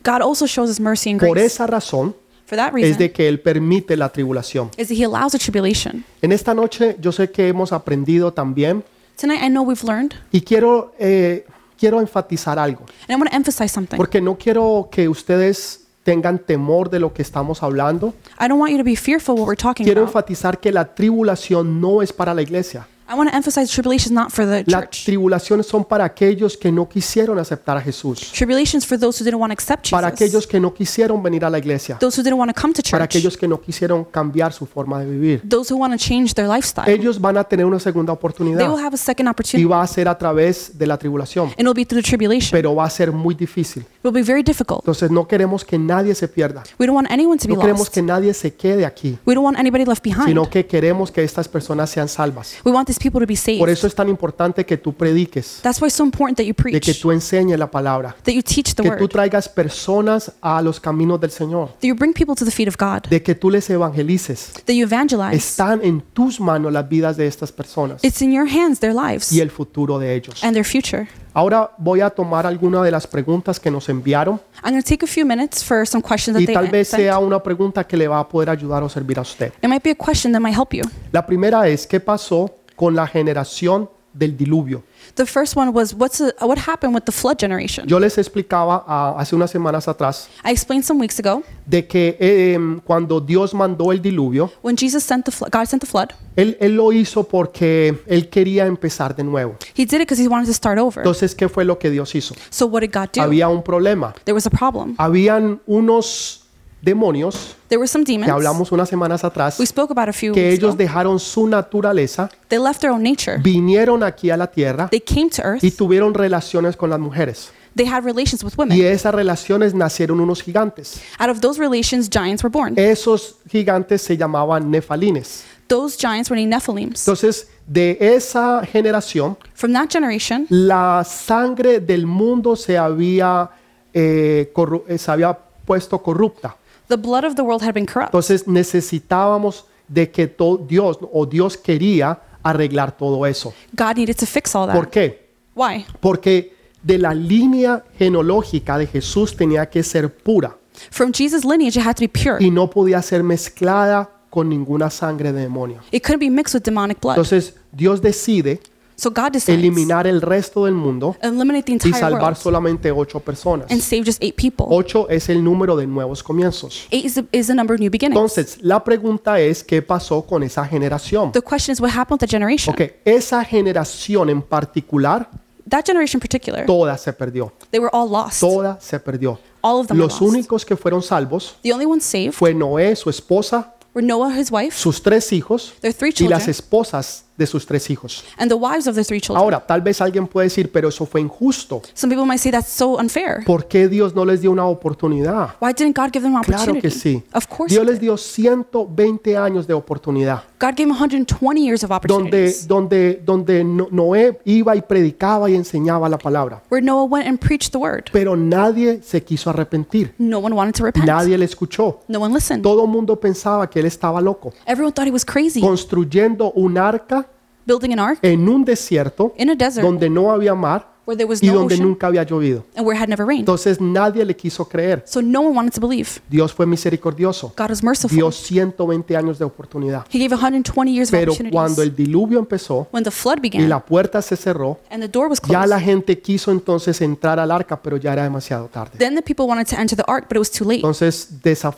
God also shows his mercy and
Por
grace.
esa razón
For that
es
reason,
de que Él permite la tribulación.
is that he allows a tribulation.
En esta noche yo sé que hemos aprendido también
Tonight, I know we've learned,
y quiero, eh, quiero enfatizar algo,
and I want to emphasize something.
porque no quiero que ustedes tengan temor de lo que estamos hablando.
I don't want you to be fearful what we're talking
Quiero
about.
enfatizar que la tribulación no es para la iglesia.
I want to emphasize tribulation is not for the
Las
church.
tribulaciones son para aquellos que no quisieron aceptar a Jesús,
Tribulations for those who didn't want to accept
para aquellos
Jesus,
que no quisieron venir a la iglesia,
those who didn't want to come to
para
church,
aquellos que no quisieron cambiar su forma de vivir.
those who want to change their lifestyle. They
Ellos van a tener una segunda
will
oportunidad
have a second
y
opportunity,
va a ser a través de la tribulación,
and it'll be through the tribulation.
pero va a ser muy difícil.
It will be very difficult.
Entonces no queremos que nadie se pierda.
We don't want anyone to be
No queremos
lost.
que nadie se quede aquí,
We don't want anybody left behind.
sino que queremos que estas personas sean salvas.
We want these people to be
Por
saved.
eso es tan importante que tú prediques,
That's why it's so important that you
de que
preach,
tú enseñes la palabra,
that you teach the
que tú
word,
traigas personas a los caminos del Señor,
that you bring people to the feet of God,
de que tú les evangelices.
that you evangelize.
Están en tus manos las vidas de estas personas
It's in your hands, their lives
y el futuro de ellos.
and their future.
Ahora voy a tomar alguna de las preguntas que nos enviaron
I'm going to take a few minutes for some questions
y
that
tal
they
vez sea
sent.
una pregunta que le va a poder ayudar o servir a usted.
It might be a question that might help you.
La primera es, ¿qué pasó con la generación del diluvio?
The first one was what's a, what happened with the flood generation?
Yo les explicaba ah, hace unas semanas atrás
I explained some weeks ago
de que eh, cuando Dios mandó el diluvio,
when Jesus sent the flood, God sent the flood.
él, él lo hizo porque Él quería empezar de nuevo.
He did it because he wanted to start over.
Entonces, ¿qué fue lo que Dios hizo?
So what did God do?
Había un problema.
There was a problem.
Habían unos demonios
There were some
que
demons.
hablamos unas semanas atrás
We spoke about a few
que
weeks
ellos
ago.
dejaron su naturaleza,
They left their own nature.
vinieron aquí a la tierra
They came to earth.
y tuvieron relaciones con las mujeres.
They had relations
Y
with women.
esas relaciones nacieron unos gigantes.
Out of those relations, giants were born.
Eh. Esos gigantes se llamaban nefalines.
Those giants were named Nephilims.
Entonces, de esa generación,
From that generation,
la sangre del mundo se había, eh, corru- eh, se había puesto corrupta.
the blood of the world had been corrupt.
Entonces necesitábamos de que to- Dios o Dios quería arreglar todo eso.
God needed to fix all
¿Por
that.
qué?
Why?
Porque de la línea genológica de Jesús tenía que ser pura
From Jesus' lineage, it had to be pure.
y no podía ser mezclada con ninguna sangre de demonio.
It couldn't be mixed with demonic blood.
Entonces Dios decide
So God decides
eliminar el resto del mundo
eliminate the
y
entire
salvar
world
solamente ocho personas.
and save just eight people.
Ocho es el número de nuevos comienzos.
Eight is the, is the number of new beginnings.
Entonces, la pregunta es, ¿qué pasó con esa generación?
The question is, what happened with that generation?
Ok, esa generación en particular,
That generation in particular,
toda se perdió.
they were all lost.
Toda se perdió.
All of them were
Los
lost.
únicos que fueron salvos
The only ones saved
fue Noé, su esposa,
were Noah, his wife,
sus tres hijos
their three
y las
children,
esposas de sus tres hijos.
and the wives of their three children.
Ahora, tal vez alguien puede decir, pero eso fue injusto.
Some people might say that's so unfair.
¿Por qué Dios no les dio una oportunidad?
Why didn't God give them an
Claro que
opportunity?
sí.
Of course.
Dios
he
les
did.
dio 120 años de oportunidad.
God gave them 120 years of
donde,
opportunities
donde, donde No- Noé iba y predicaba y enseñaba la palabra.
where Noah went and preached the word.
Pero nadie se quiso arrepentir.
No one wanted to repent.
Nadie le escuchó.
No one listened.
Todo el mundo pensaba que él estaba loco.
Everyone thought he was crazy,
Construyendo un arca
building an ark
en un desierto
in a desert
donde no había mar
where there was
y
no
donde
ocean
nunca había llovido.
and where it had never rained.
Entonces nadie le quiso creer.
So no one wanted to believe.
Dios fue misericordioso.
God was merciful.
Dio 120 años de oportunidad.
he gave 120 years of
Pero
opportunities.
cuando el diluvio empezó
when the flood
y
began
la puerta se cerró,
and the door was
ya
closed,
la gente quiso entonces entrar al arca, pero ya era demasiado tarde.
then the people wanted to enter the ark, but it was too late.
Entonces,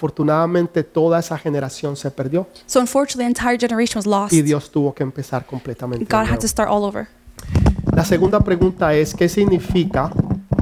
desafortunadamente, toda esa generación se perdió
So unfortunately, the entire generation was lost.
y Dios tuvo que empezar completamente. de
God had
nuevo.
to start all over.
La segunda pregunta es, ¿qué significa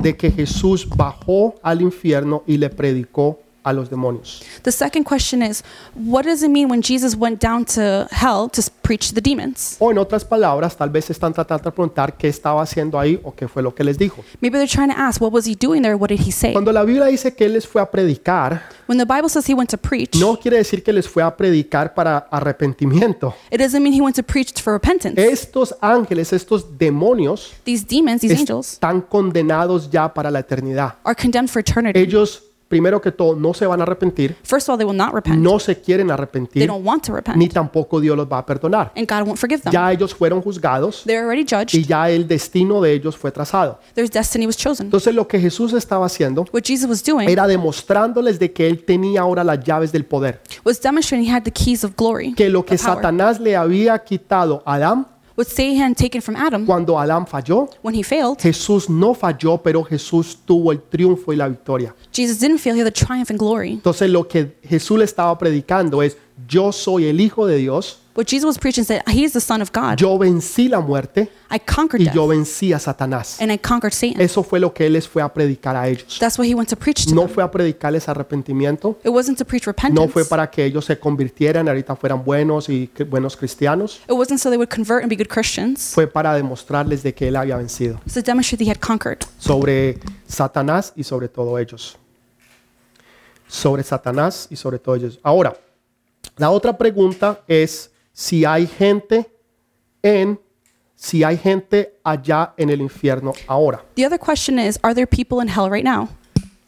de que Jesús bajó al infierno y le predicó a los demonios?
The second question is, what does it mean when Jesus went down to hell to s- preach to the demons?
O en otras palabras, tal vez están tratando de preguntar qué estaba haciendo ahí o qué fue lo que les dijo.
Maybe they're trying to ask, what was he doing there? What did he say?
Cuando la Biblia dice que Él les fue a predicar,
When the Bible says he went to preach,
no quiere decir que les fue a predicar para arrepentimiento.
it doesn't mean he went to preach for repentance.
Estos ángeles, estos demonios,
These demons, these angels,
están condenados ya para la eternidad.
are condemned for eternity.
Ellos, primero que todo, no se van a arrepentir,
First of all, they will not repent.
no se quieren
They
arrepentir,
don't want to
ni
repent.
tampoco Dios los va a perdonar.
And God won't forgive them.
Ya ellos fueron juzgados
They're already
y
judged.
ya el destino de ellos fue trazado.
Their destiny was chosen.
Entonces lo que Jesús estaba haciendo
What Jesus was doing
era demostrándoles de que él tenía ahora las llaves del poder,
was demonstrating he had the keys of glory.
que lo que
the power.
Satanás le había quitado a Adán
What Satan taken from Adam
cuando Adán falló,
when he failed,
Jesús no falló, pero Jesús tuvo el triunfo y la victoria.
Jesus didn't fail. He had the triumph and glory.
Entonces lo que Jesús le estaba predicando es, yo soy el Hijo de Dios,
What Jesus was preaching said, He is the Son of God.
yo vencí la muerte
I conquered
y
death
yo vencí a Satanás.
and I conquered Satan.
Eso fue lo que Él les fue a predicar a ellos.
That's what he went to preach to
No
them.
fue a predicarles arrepentimiento,
It wasn't to preach
no
repentance.
fue para que ellos se convirtieran, ahorita fueran buenos y cr- buenos cristianos,
It wasn't so they would convert and be good Christians.
fue para demostrarles de que Él había vencido
It's to demonstrate that he had conquered
sobre Satanás y sobre todo ellos. Sobre Satanás y sobre todo ellos. Ahora, la otra pregunta es si hay gente en, si hay gente allá en el infierno ahora.
The other question is, are there people in hell right now?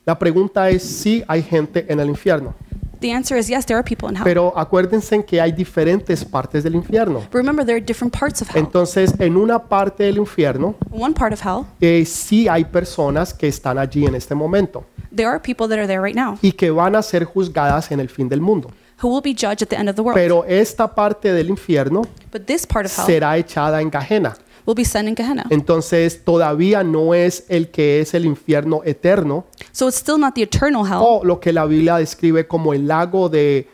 La pregunta es si hay gente en el infierno.
The answer is yes, there are people in hell.
Pero acuérdense en que hay diferentes partes del infierno.
But remember, there are different parts of hell.
Entonces, en una parte del infierno,
In one part of hell,
eh, sí hay personas que están allí en este momento
there are people that are there right now
y que van a ser juzgadas en el fin del mundo.
who will be judged at the end of the world.
Pero esta parte del infierno
but this part of hell
será echada en Gajena.
will be sent in Gehenna.
Entonces todavía no es el que es el infierno eterno
So it's still not the eternal hell
o lo que la Biblia describe como el lago de,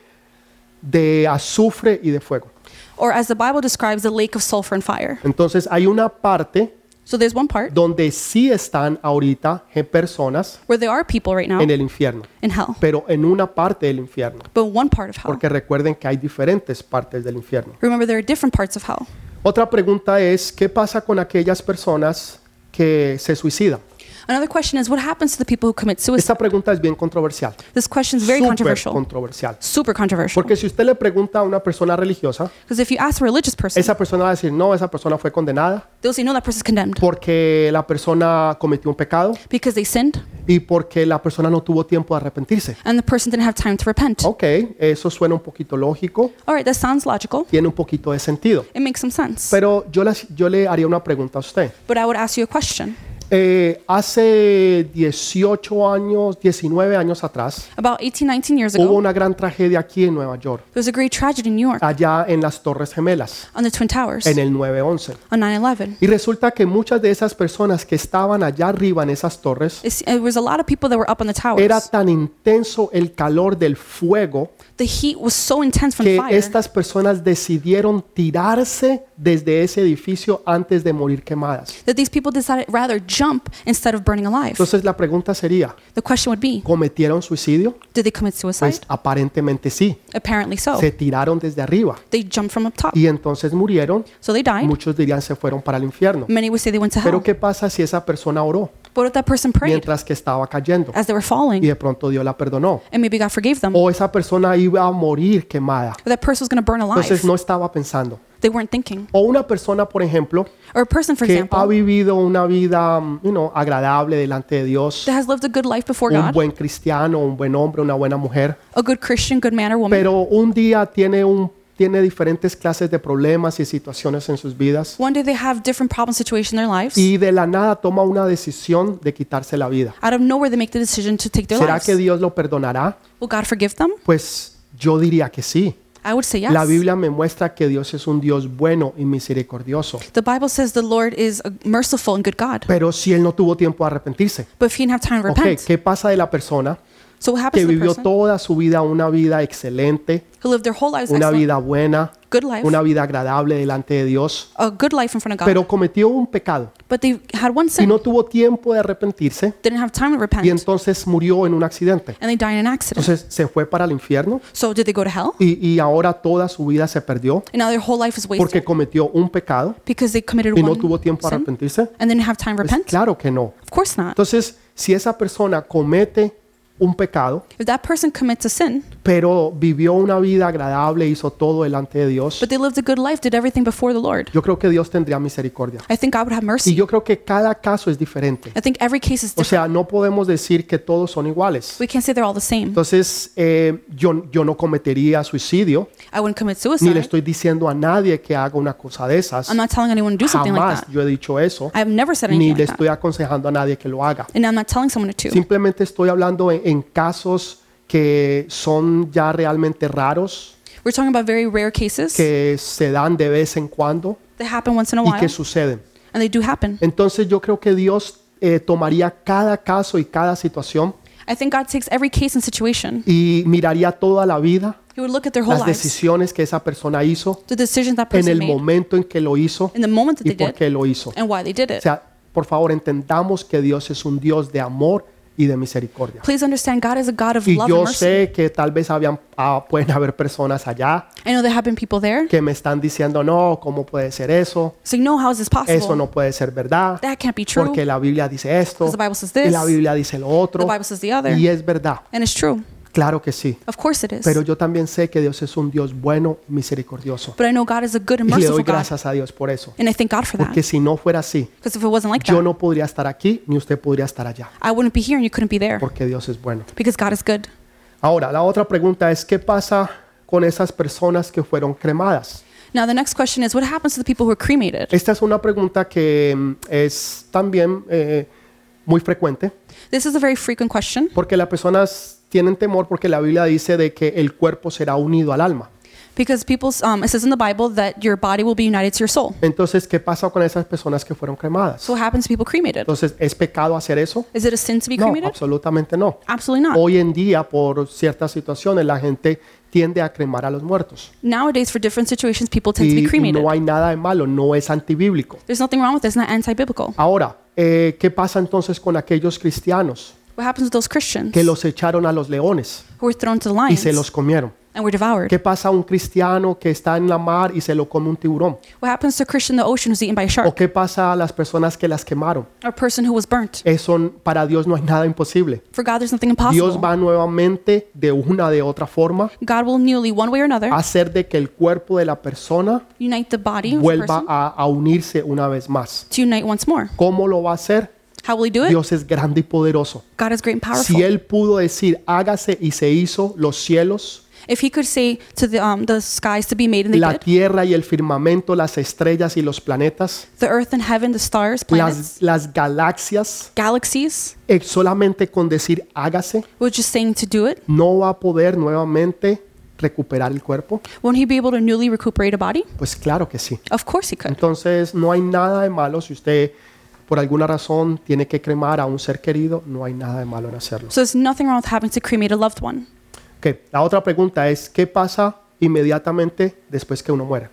de azufre y de fuego. Oh.
or as the Bible describes, the lake of sulfur and fire.
Entonces hay una parte
So there's one part
donde sí están ahorita eh, personas
where there are people right now
en el infierno,
in hell,
pero en una parte del infierno,
but one part of hell.
porque recuerden que hay diferentes partes del infierno.
Remember, there are different parts of hell.
Otra pregunta es, ¿qué pasa con aquellas personas que se suicidan?
Another question is, what happens to the people who commit suicide?
Esta pregunta es bien controversial.
This question is Pues very
súper
controversial.
controversial.
Super controversial.
Porque si usted le pregunta a una persona religiosa,
Because if you ask a religious person,
esa persona va a decir, no, esa persona fue condenada
they'll say, no, that person's condemned
porque la persona cometió un pecado
because they sinned
y porque la persona no tuvo tiempo de arrepentirse.
and the person didn't have time to repent.
Ok, eso suena un poquito lógico,
All right, that sounds logical.
tiene un poquito de sentido.
It makes some sense.
Pero yo, las- yo le haría una pregunta a usted.
But I would ask you a question.
Eh, hace 18 años, 19 años atrás,
About 18, 19 years
hubo
ago,
una gran tragedia aquí en Nueva York,
there was a great tragedy in New York
allá en las Torres Gemelas,
on the Twin Towers
en el 911.
on 9 11.
Y resulta que muchas de esas personas que estaban allá arriba en esas torres,
There was a lot of people that were up on the
era
towers.
tan intenso el calor del fuego
The heat was so intense from the
que
fire
estas personas decidieron tirarse desde ese edificio antes de morir quemadas.
that these people decided rather jump instead of burning alive.
Entonces la pregunta sería,
The question would be,
¿cometieron suicidio?
did they commit suicide?
Pues aparentemente sí,
Apparently so.
se tiraron desde arriba
They jumped from up top.
y entonces murieron.
So they died.
Muchos dirían se fueron para el infierno.
Many would say they went to hell.
Pero ¿qué pasa si esa persona oró
But if that person prayed
mientras que estaba cayendo
as they were
y
falling,
de pronto Dios la perdonó?
and maybe God forgave them, or
o esa persona iba a morir quemada.
that person was going to burn
Entonces
alive.
no estaba pensando.
They weren't thinking.
O una persona, por ejemplo,
Or a person, for
que ha
example,
vivido una vida mm, you know, agradable delante de Dios,
that has lived a good life before
un
God,
buen cristiano, un buen hombre, una buena mujer,
a good Christian, good man or woman,
pero un día tiene un tiene diferentes clases de problemas y situaciones en sus vidas
One day they have different problem situation in their lives.
y de la nada toma una decisión de quitarse la vida.
Out of nowhere, they make the decision to take their
¿Será
lives.
que Dios lo perdonará?
Will God forgive them?
Pues yo diría que sí.
I would say yes.
La Biblia me muestra que Dios es un Dios bueno y misericordioso.
The Bible says the Lord is a merciful and good God.
Pero si él no tuvo tiempo de arrepentirse.
But if he didn't have time to
Ok,
repent,
¿qué pasa de la persona
so what
que
happens to the
vivió
person
toda su vida una vida excelente,
who lived their whole lives
una
excellent,
vida buena,
good life,
una vida agradable delante de Dios,
a good life in front of God,
pero cometió un pecado
but they had one
y
sin,
no tuvo tiempo de arrepentirse
didn't have time to repent,
y entonces murió en un accidente?
and they died in an accident.
Entonces se fue para el infierno
so did they go to hell?
y, y ahora toda su vida se perdió
And now their whole life is wasted
porque cometió un pecado
because they committed
y
one
no tuvo tiempo de
sin
arrepentirse.
and didn't have time to
Pues,
repent?
claro que no.
Of course not.
Entonces, si esa persona comete un pecado,
If that person commits a sin,
pero vivió una vida agradable, hizo todo delante de Dios,
but they lived a good life, did everything before the Lord,
yo creo que Dios tendría misericordia.
I think God would have
Y
mercy.
yo creo que cada caso es diferente.
I think every case is
O
different.
sea, no podemos decir que todos son iguales.
We can't say they're all the same.
Entonces, eh, yo, yo no cometería suicidio,
I wouldn't commit
ni le
suicide.
estoy diciendo a nadie que haga una cosa de esas.
I'm not telling anyone to do something like
Jamás
that.
yo he dicho eso,
I've never said
ni
anything
le
like
estoy
that.
aconsejando a nadie que lo haga.
And I'm not telling someone to. do.
Simplemente estoy hablando en, en casos que son ya realmente raros,
We're talking about very rare cases
que se dan de vez en cuando
that happen once in a
y
while,
que Eh. suceden.
and they do happen.
Entonces yo creo que Dios eh, tomaría cada caso y cada situación
I think God takes every case and situation.
y miraría toda la vida,
He would look at their whole
las
lives,
decisiones que esa persona hizo,
the decisions that
en
person
el
made,
momento en que lo hizo
in the moment that
y
they
por
did,
qué lo hizo. O
and why they did it.
sea, por favor entendamos que Dios es un Dios de amor y de misericordia.
Please understand, God is a God of
Y
love and
yo
mercy.
sé que tal vez habían, ah, pueden haber personas allá
I know there have been people there
que me están diciendo, no, ¿cómo puede ser eso?
saying, no, how is this
Eso
possible?
no puede ser verdad,
That can't be true.
porque la Biblia dice esto,
Because the Bible says
y
this,
la Biblia dice lo otro,
the Bible says the other.
y es verdad,
And it's true.
claro que sí.
Of course it is.
Pero yo también sé que Dios es un Dios bueno y misericordioso.
But I know God is a good and
Y le doy
merciful God.
gracias a Dios por eso.
And I thank God for that.
Porque si no fuera así,
Because if it wasn't like
yo
that,
no podría estar aquí ni usted podría estar allá.
I wouldn't be here and you couldn't be there.
Porque Dios es bueno.
Because God is good.
Ahora, la otra pregunta es, ¿qué pasa con esas personas que fueron cremadas?
Now, the next question is what happens to the people who are cremated?
Esta es una pregunta que mm, es también eh, muy frecuente.
This is a very frequent question
Porque las personas tienen temor porque la Biblia dice de que el cuerpo será unido al alma.
because people, um, it says in the Bible that your body will be united to your soul.
Entonces, ¿qué pasa con esas personas que fueron cremadas?
So, what happens to people cremated?
Entonces, ¿es pecado hacer eso?
Is it a sin to be
No,
cremated?
absolutamente no.
Absolutely not.
Hoy en día, por ciertas situaciones, la gente tiende a cremar a los muertos.
Nowadays, for different situations, people tend to
Y
be
y
cremated.
no hay nada de malo, no es antibíblico.
There's nothing wrong with this, it's not anti biblical.
Ahora, eh, ¿qué pasa entonces con aquellos cristianos
What happens with those Christians
que los echaron a los leones
who were thrown to the
y
lions
se los comieron?
and were devoured?
¿Qué pasa a un cristiano que está en la mar y se lo come un tiburón?
What happens to a Christian in the ocean who's eaten by a
¿O
shark
qué pasa a las personas que las quemaron?
or a person who was
Eh,
burnt?
Eso para Dios no hay nada imposible.
For God, there's nothing
Dios
impossible.
va nuevamente de una de otra forma
God will newly, one way or another,
a hacer de que el cuerpo de la persona
unite the body of the
vuelva
person
a, a unirse una vez más.
to unite once more.
¿Cómo lo va a hacer?
How will He do it?
Dios es grande y poderoso.
God is great and powerful.
Si Él pudo decir, hágase y se hizo los cielos,
if He could say to the um, the skies to be made, and they
la
did,
tierra y el firmamento, las estrellas y los planetas,
the earth and heaven, the stars,
las,
planets,
las galaxias,
galaxies,
eh, solamente con decir hágase,
was just saying to do it.
no va a poder nuevamente recuperar el cuerpo.
Won't He be able to newly recuperate a body?
Pues claro que sí.
Of course He could.
Entonces no hay nada de malo si usted por alguna razón tiene que cremar a un ser querido, no hay nada de malo en hacerlo.
So there's nothing wrong with having to cremate a loved one.
Ok, La otra pregunta es, ¿qué pasa inmediatamente después que uno muere?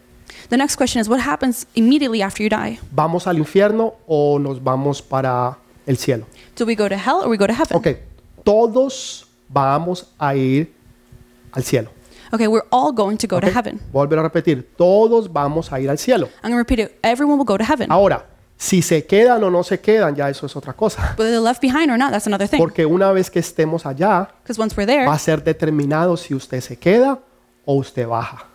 The next question is what happens immediately after you die?
¿Vamos al infierno o nos vamos para el cielo?
Do we go to hell or we go to heaven?
Ok, todos vamos a ir al cielo.
Okay, we're all going to go to
¿ok?
heaven.
Voy a volver a repetir, todos vamos a ir al cielo.
I'm going to repeat it. Everyone will go to heaven.
Ahora, si se quedan o no se quedan, ya eso es otra cosa.
Whether they're left behind or not, that's another thing.
Porque una vez que estemos allá,
Because once we're
va a
there,
ser determinado si usted se queda o usted baja.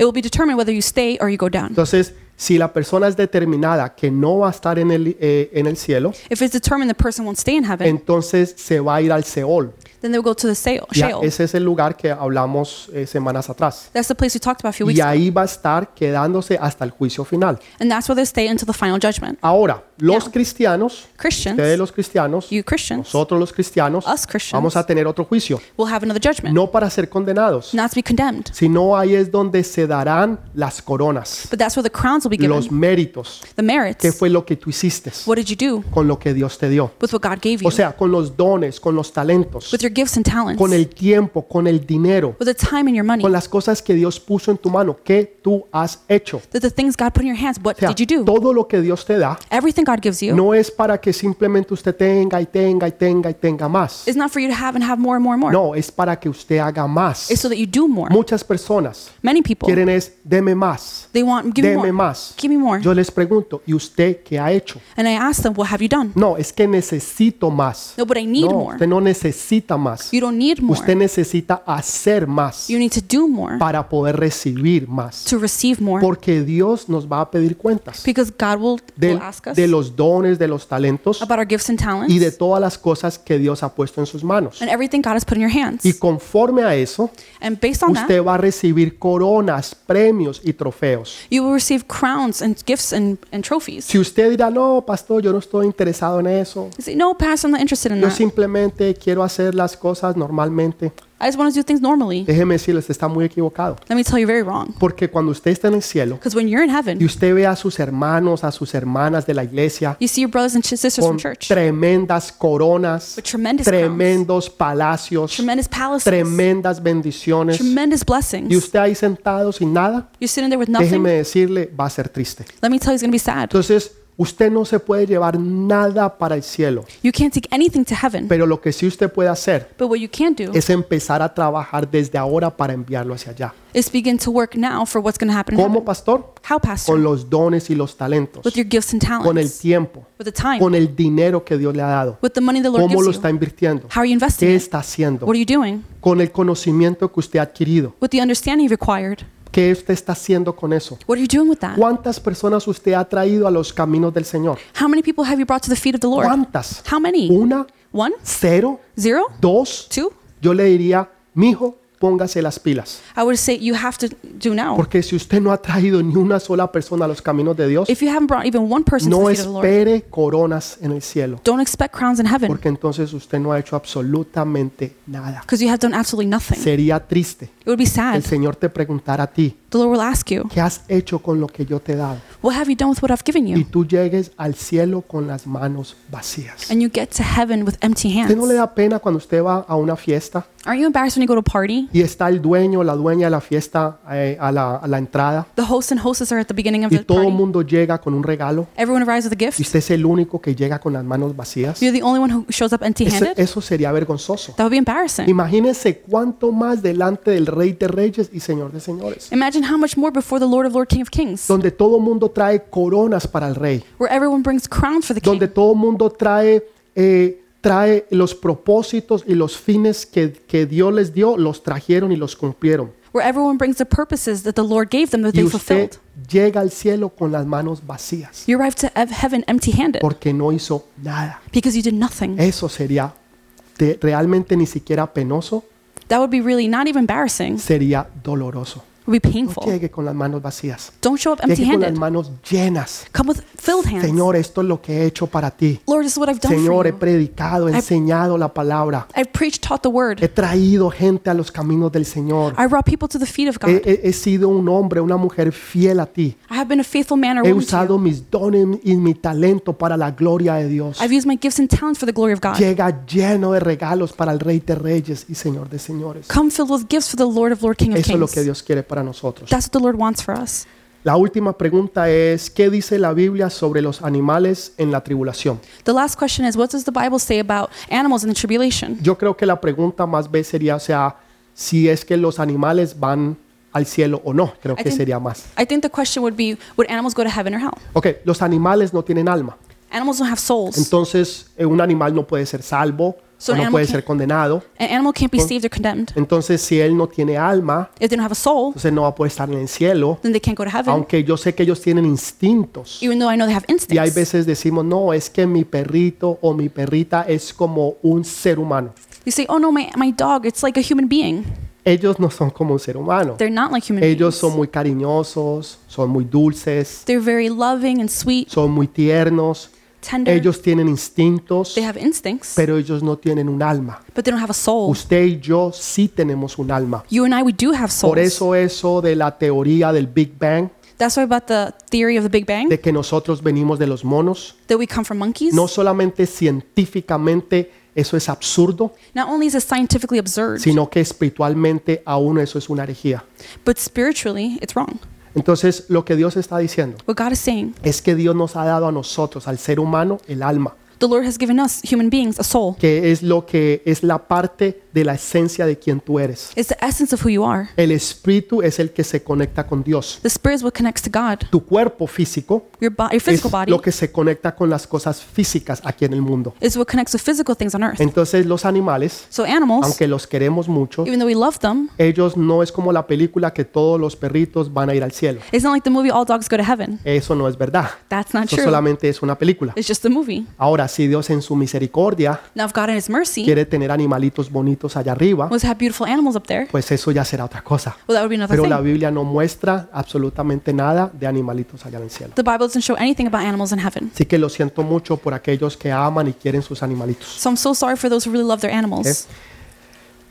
it will be determined whether you stay or you go down.
Entonces, Si la persona es determinada que no va a estar en el, eh, en el cielo,
If it's determined the person won't stay in heaven,
entonces se va a ir al Seol.
then they'll go to the Sheol.
Ya,
Sheol.
ese es el lugar que hablamos eh, semanas atrás.
That's the place we talked about a few
Y
weeks ago.
ahí va a estar quedándose hasta el juicio final.
And that's where they stay until the final judgment.
Ahora, los
Ya.
cristianos, ustedes
Christians,
los cristianos,
you Christians,
nosotros los cristianos,
Us Christians.
vamos a tener otro juicio.
will have another judgment,
No para ser condenados,
not to be condemned.
sino ahí es donde se darán las coronas,
But that's where the crowns will be given,
los méritos.
the
¿Qué
merits.
fue lo que tú hiciste
What did you do
con lo que Dios te dio?
with what God gave you?
O sea, con los dones, con los talentos,
With your gifts and talents,
con el tiempo, con el dinero,
with the time and your money,
con las cosas que Dios puso en tu mano, que tú has hecho. O
that the things God put in your hands, what
sea,
did you do?
todo lo que Dios te da
Everything God gives you
no es para que simplemente usted tenga y tenga y tenga y tenga más.
is not for you to have and have more and more and more.
No, es para que usted haga más.
It's so that you do more.
Muchas personas
Many people,
quieren es, deme más,
they want, give me
deme
more.
más.
Give me more.
Yo les pregunto, ¿y usted qué ha hecho?
And I ask them, what have you done?
No, es que necesito más.
No, but I need
No,
more.
usted no necesita más.
You don't need more.
Usted necesita hacer más
You need to do more
para poder recibir más.
to receive more
Porque Dios nos va a pedir cuentas
because God will,
del-
will ask us
de los dones, de los talentos
about our gifts and
y de
talents
todas las cosas que Dios ha puesto en sus manos.
and everything God has put in your
Y
hands.
conforme a eso,
And based on that,
usted va a recibir coronas, premios y trofeos.
you will receive crowns and gifts and, and trophies.
Si usted dirá, no, pastor, yo no estoy interesado en eso.
You say, no, Pastor, I'm not interested in
Yo
that.
simplemente quiero hacer las cosas normalmente.
I just want to do things normally.
Déjeme decirle, usted está muy equivocado.
Let me tell you, very wrong.
Porque cuando usted está en el cielo
Because when you're in
y
heaven,
usted ve a sus hermanos, a sus hermanas de la iglesia
you see your brothers and sisters
con
from church
tremendas coronas,
with tremendous crowns,
tremendos palacios,
tremendous palaces,
tremendas bendiciones.
tremendous
Y
blessings.
usted ahí sentado sin nada,
You're sitting there with nothing.
déjeme decirle, va a ser triste.
Let me tell you, it's going to be sad.
Entonces, usted no se puede llevar nada para el cielo.
You can't take anything to heaven.
Pero lo que sí usted puede hacer
But what you can do
es empezar a trabajar desde ahora para enviarlo hacia allá.
is begin to work now for what's going to happen in
¿Cómo,
heaven.
pastor?
How,
Con
Pastor?
los dones y los talentos,
With your gifts and
con el
talents,
tiempo,
with the time,
con el dinero que Dios le ha dado.
with the money the Lord
¿Cómo
gives
lo
you.
está invirtiendo?
How are you investing?
¿Qué
it?
está haciendo?
What are you doing?
Con el conocimiento que usted ha adquirido,
With the understanding you've acquired.
¿qué usted está haciendo con eso?
What are you doing with that?
¿Cuántas personas usted ha traído a los caminos del Señor?
How many people have you brought to the feet of the Lord?
¿Cuántas?
How many?
¿Una?
One?
¿Cero?
Zero?
¿Dos?
Two?
Yo le diría, mijo, póngase las pilas.
I would say you have to do now.
Porque si usted no ha traído ni una sola persona a los caminos de Dios,
If you haven't brought even one person to
no
the feet of the Lord,
espere coronas en el cielo.
don't expect crowns in heaven
Porque entonces usted no ha hecho absolutamente nada.
because you have done absolutely nothing.
Sería triste
It would be
que el
sad.
Señor te preguntara a ti,
The Lord will ask you,
¿qué has hecho con lo que yo te he dado?
What have you done with what I've given
Y
you?
tú llegues al cielo con las manos vacías.
And you get to heaven with empty
¿Usted no le
hands.
da pena cuando usted va a una fiesta
Aren't you embarrassed when you go to a party?
y está el dueño, la dueña de la fiesta eh, a, la, a la entrada
The hosts and hostess are at the beginning of
y
the
todo el
party.
mundo llega con un regalo
Everyone arrives with a
y
gift.
usted es el único que llega con las manos vacías?
You're the only one who shows up empty
Eso,
handed.
eso sería vergonzoso.
That would be embarrassing.
Imagínense cuánto más delante del Rey de Reyes y Señor de Señores,
Imagine how much more before the Lord of Lord, King of Kings,
donde todo mundo trae coronas para el Rey,
where everyone brings crowns for the
donde
King,
todo mundo trae, eh, trae los propósitos y los fines que, que Dios les dio, los trajeron y los cumplieron.
where everyone brings the purposes that the Lord gave them that
Y
they
usted
fulfilled.
llega al cielo con las manos vacías,
You arrive to ev- heaven empty handed
porque no hizo nada.
because you did nothing.
Eso sería de- realmente ni siquiera penoso,
That would be really not even embarrassing. It
sería doloroso.
would be
No
painful.
llegue con las manos vacías,
Don't show up empty
llegue con las
handed.
manos llenas.
Come with filled hands.
Señor, esto es lo que he hecho para ti.
Lord, this is what I've done
Señor,
for
he
you.
predicado, he enseñado la palabra.
I've preached, taught the
He
word.
traído gente a los caminos del Señor.
I brought people to the feet of God.
He, he- he sido un hombre, una mujer fiel a ti.
I have been a faithful man or
He
woman. to you.
usado mis dones y mi talento para la gloria de Dios.
I've used my gifts and talents for the glory of God.
Llega lleno de regalos para el Rey de Reyes y Señor de Señores.
Come filled with gifts for the Lord of Lord, King of
Eso es lo
Kings.
que Dios quiere para nosotros.
That's what the Lord wants for us.
La última pregunta es, ¿qué dice la Biblia sobre los animales en la tribulación?
The last question is what does the Bible say about animals in the tribulation?
Yo creo que la pregunta más B sería, o sea, si es que los animales van al cielo o no. Creo
I
que
think-
sería más.
I think the question would be would animals go to heaven or hell?
Ok, los animales no tienen alma.
Animals don't have souls.
Entonces, eh, un animal no puede ser salvo,
So
o
an
no
animal,
puede ser
can't,
condenado.
an animal can't be saved or condemned.
Entonces, si él no tiene alma,
If they don't have a soul,
entonces no va a poder estar en el cielo,
then they can't go to heaven.
aunque yo sé que ellos tienen instintos.
Even though I know they have
Y hay
instincts.
veces decimos, no, es que mi perrito o mi perrita es como un ser humano.
You say, oh no, my, my dog, it's like a human being.
Ellos no son como un ser humano.
They're not like human
Ellos
beings.
son muy cariñosos, son muy dulces,
They're very loving and sweet,
son muy tiernos.
tender.
Ellos tienen instintos,
they have instincts,
pero ellos no tienen un alma.
but they don't have a soul.
Usted y yo sí tenemos un alma.
You and I, we do have souls.
Por eso eso de la teoría del Big Bang,
That's why about the theory of the Big Bang,
de que nosotros venimos de los monos,
that we come from monkeys.
no solamente científicamente eso es absurdo,
Not only is it scientifically absurd,
sino que espiritualmente aún eso es una herejía.
but spiritually, it's wrong.
Entonces, lo que Dios está diciendo
What God is saying,
es que Dios nos ha dado a nosotros, al ser humano, el alma,
the Lord has given us, human beings, a soul.
que es lo que es la parte de la esencia de quien tú eres.
It's the essence of who you are.
El espíritu es el que se conecta con Dios.
The spirit is what connects to God.
Tu cuerpo físico
Your, bo- your
es
physical body
lo que se conecta con las cosas físicas aquí en el mundo.
is what connects with physical things on earth.
Entonces, los animales,
So animals,
aunque los queremos mucho,
even though we love them,
ellos no es como la película que todos los perritos van a ir al cielo.
it's not like the movie All Dogs Go to Heaven.
Eso no es verdad.
That's not
Eso
true.
solamente es una película.
It's just a movie.
Ahora, si Dios en su misericordia
Now, if God in His mercy
quiere tener animalitos bonitos allá arriba,
was to have beautiful animals up there,
pues eso ya será otra cosa.
well, that would be another
Pero la
thing.
Biblia no muestra absolutamente nada de animalitos allá en el cielo.
The Bible doesn't show anything about animals in heaven.
Así que lo siento mucho por aquellos que aman y quieren sus animalitos.
So I'm so sorry for those who really love their animals.
¿Eh?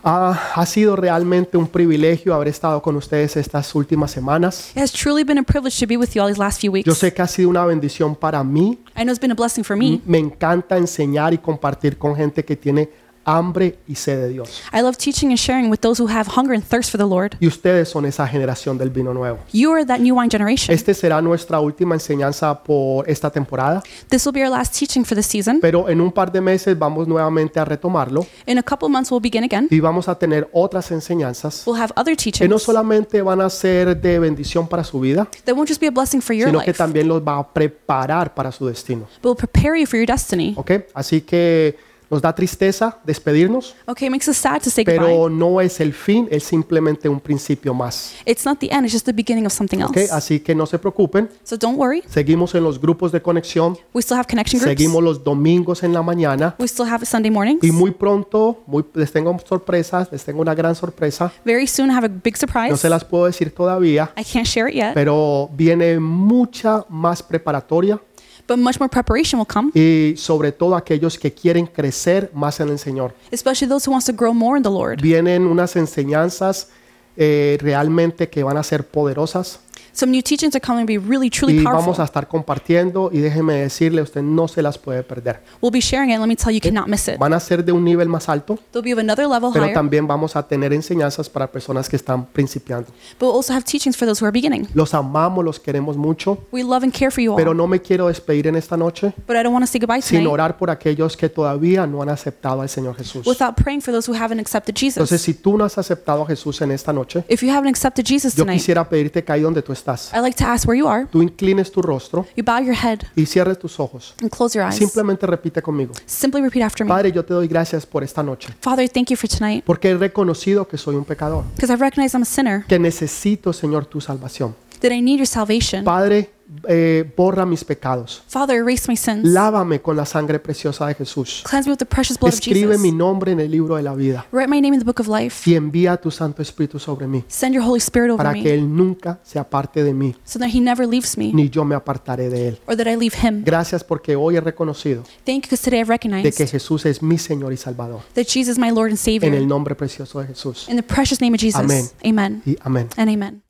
Ha, ha sido realmente un privilegio haber estado con ustedes estas últimas semanas.
It has truly been a privilege to be with you all these last few
Yo
weeks.
sé que ha sido una bendición para mí.
I know it's been a blessing for me.
Me encanta enseñar y compartir con gente que tiene hambre y sed de Dios.
I love teaching and sharing with those who have hunger and thirst for the Lord.
Y ustedes son esa generación del vino nuevo.
You are that new wine generation.
Este será nuestra última enseñanza por esta temporada,
This will be our last teaching for the season.
pero en un par de meses vamos nuevamente a retomarlo
In a couple months, we'll begin again.
y vamos a tener otras enseñanzas
We'll have other
que no
teachings
solamente van a ser de bendición para su vida,
that won't just be a blessing for your
sino que
life, but
también los va a preparar para su destino.
will prepare you for your destiny.
¿Ok? Así que nos da tristeza despedirnos,
Okay, it makes us sad to say goodbye.
pero no es el fin, es simplemente un principio más.
It's not the end, it's just the beginning of something
¿Ok?
else.
Así que no se preocupen,
So don't worry.
seguimos en los grupos de conexión,
We still have connection groups.
seguimos los domingos en la mañana.
We still have it Sunday mornings.
Y muy pronto, muy, les tengo sorpresas, les tengo una gran sorpresa.
Very soon, I have a big
No
surprise.
se las puedo decir todavía,
I can't share it yet,
pero viene mucha más preparatoria
but much more preparation will come,
y sobre todo aquellos que quieren crecer más en el Señor.
especially those who wants to grow more in the Lord.
Vienen unas enseñanzas eh, realmente que van a ser poderosas
Some new teachings are coming to be really, truly
y vamos a
powerful.
estar compartiendo y déjeme decirle, usted no se las puede perder.
We'll be sharing it. Let me tell you, you cannot miss it.
Van a ser de un nivel más alto,
They'll be of another level
Eh, pero
higher,
también vamos a tener enseñanzas para personas que están principiando.
but we'll also have teachings for those who are beginning.
Los amamos, los queremos mucho.
We love and care for you
Pero
all,
no me quiero despedir en esta noche
but I don't want to say goodbye
sin
tonight
orar por aquellos que todavía no han aceptado al Señor Jesús.
without praying for those who haven't accepted
Entonces,
Jesus.
si tú no has aceptado a Jesús en esta noche,
If you haven't accepted Jesus
yo
tonight,
quisiera pedirte que ahí donde tú estás,
I'd like to ask where you are.
tú inclines tu rostro
You bow your head
y cierres tus ojos.
and close your eyes.
Simplemente repite conmigo.
Simply repeat after me.
Padre, yo te doy gracias por esta noche,
Father, thank you for tonight
porque he reconocido que soy un pecador,
because I recognize I'm a sinner,
que necesito, Señor, tu salvación.
that I need your salvation.
Padre, eh, borra mis pecados,
Father, erase my sins.
lávame con la sangre preciosa de Jesús,
Cleanse me with the precious blood of
escribe mi
Jesus.
nombre en el libro de la vida
Write my name in the book of life.
y envía a tu Santo Espíritu sobre mí.
Send your Holy Spirit over
para que
me
Él nunca se aparte de mí,
so that He never leaves me
ni yo me apartaré de Él.
or that I leave Him.
Gracias porque hoy he reconocido
Thank you because today I
de que
recognized
Jesús es mi Señor y Salvador.
that Jesus is my Lord and
En el
Savior.
nombre precioso de Jesús.
In the precious name of Jesus.
Amén.
Amen.
Y amén.
And amen.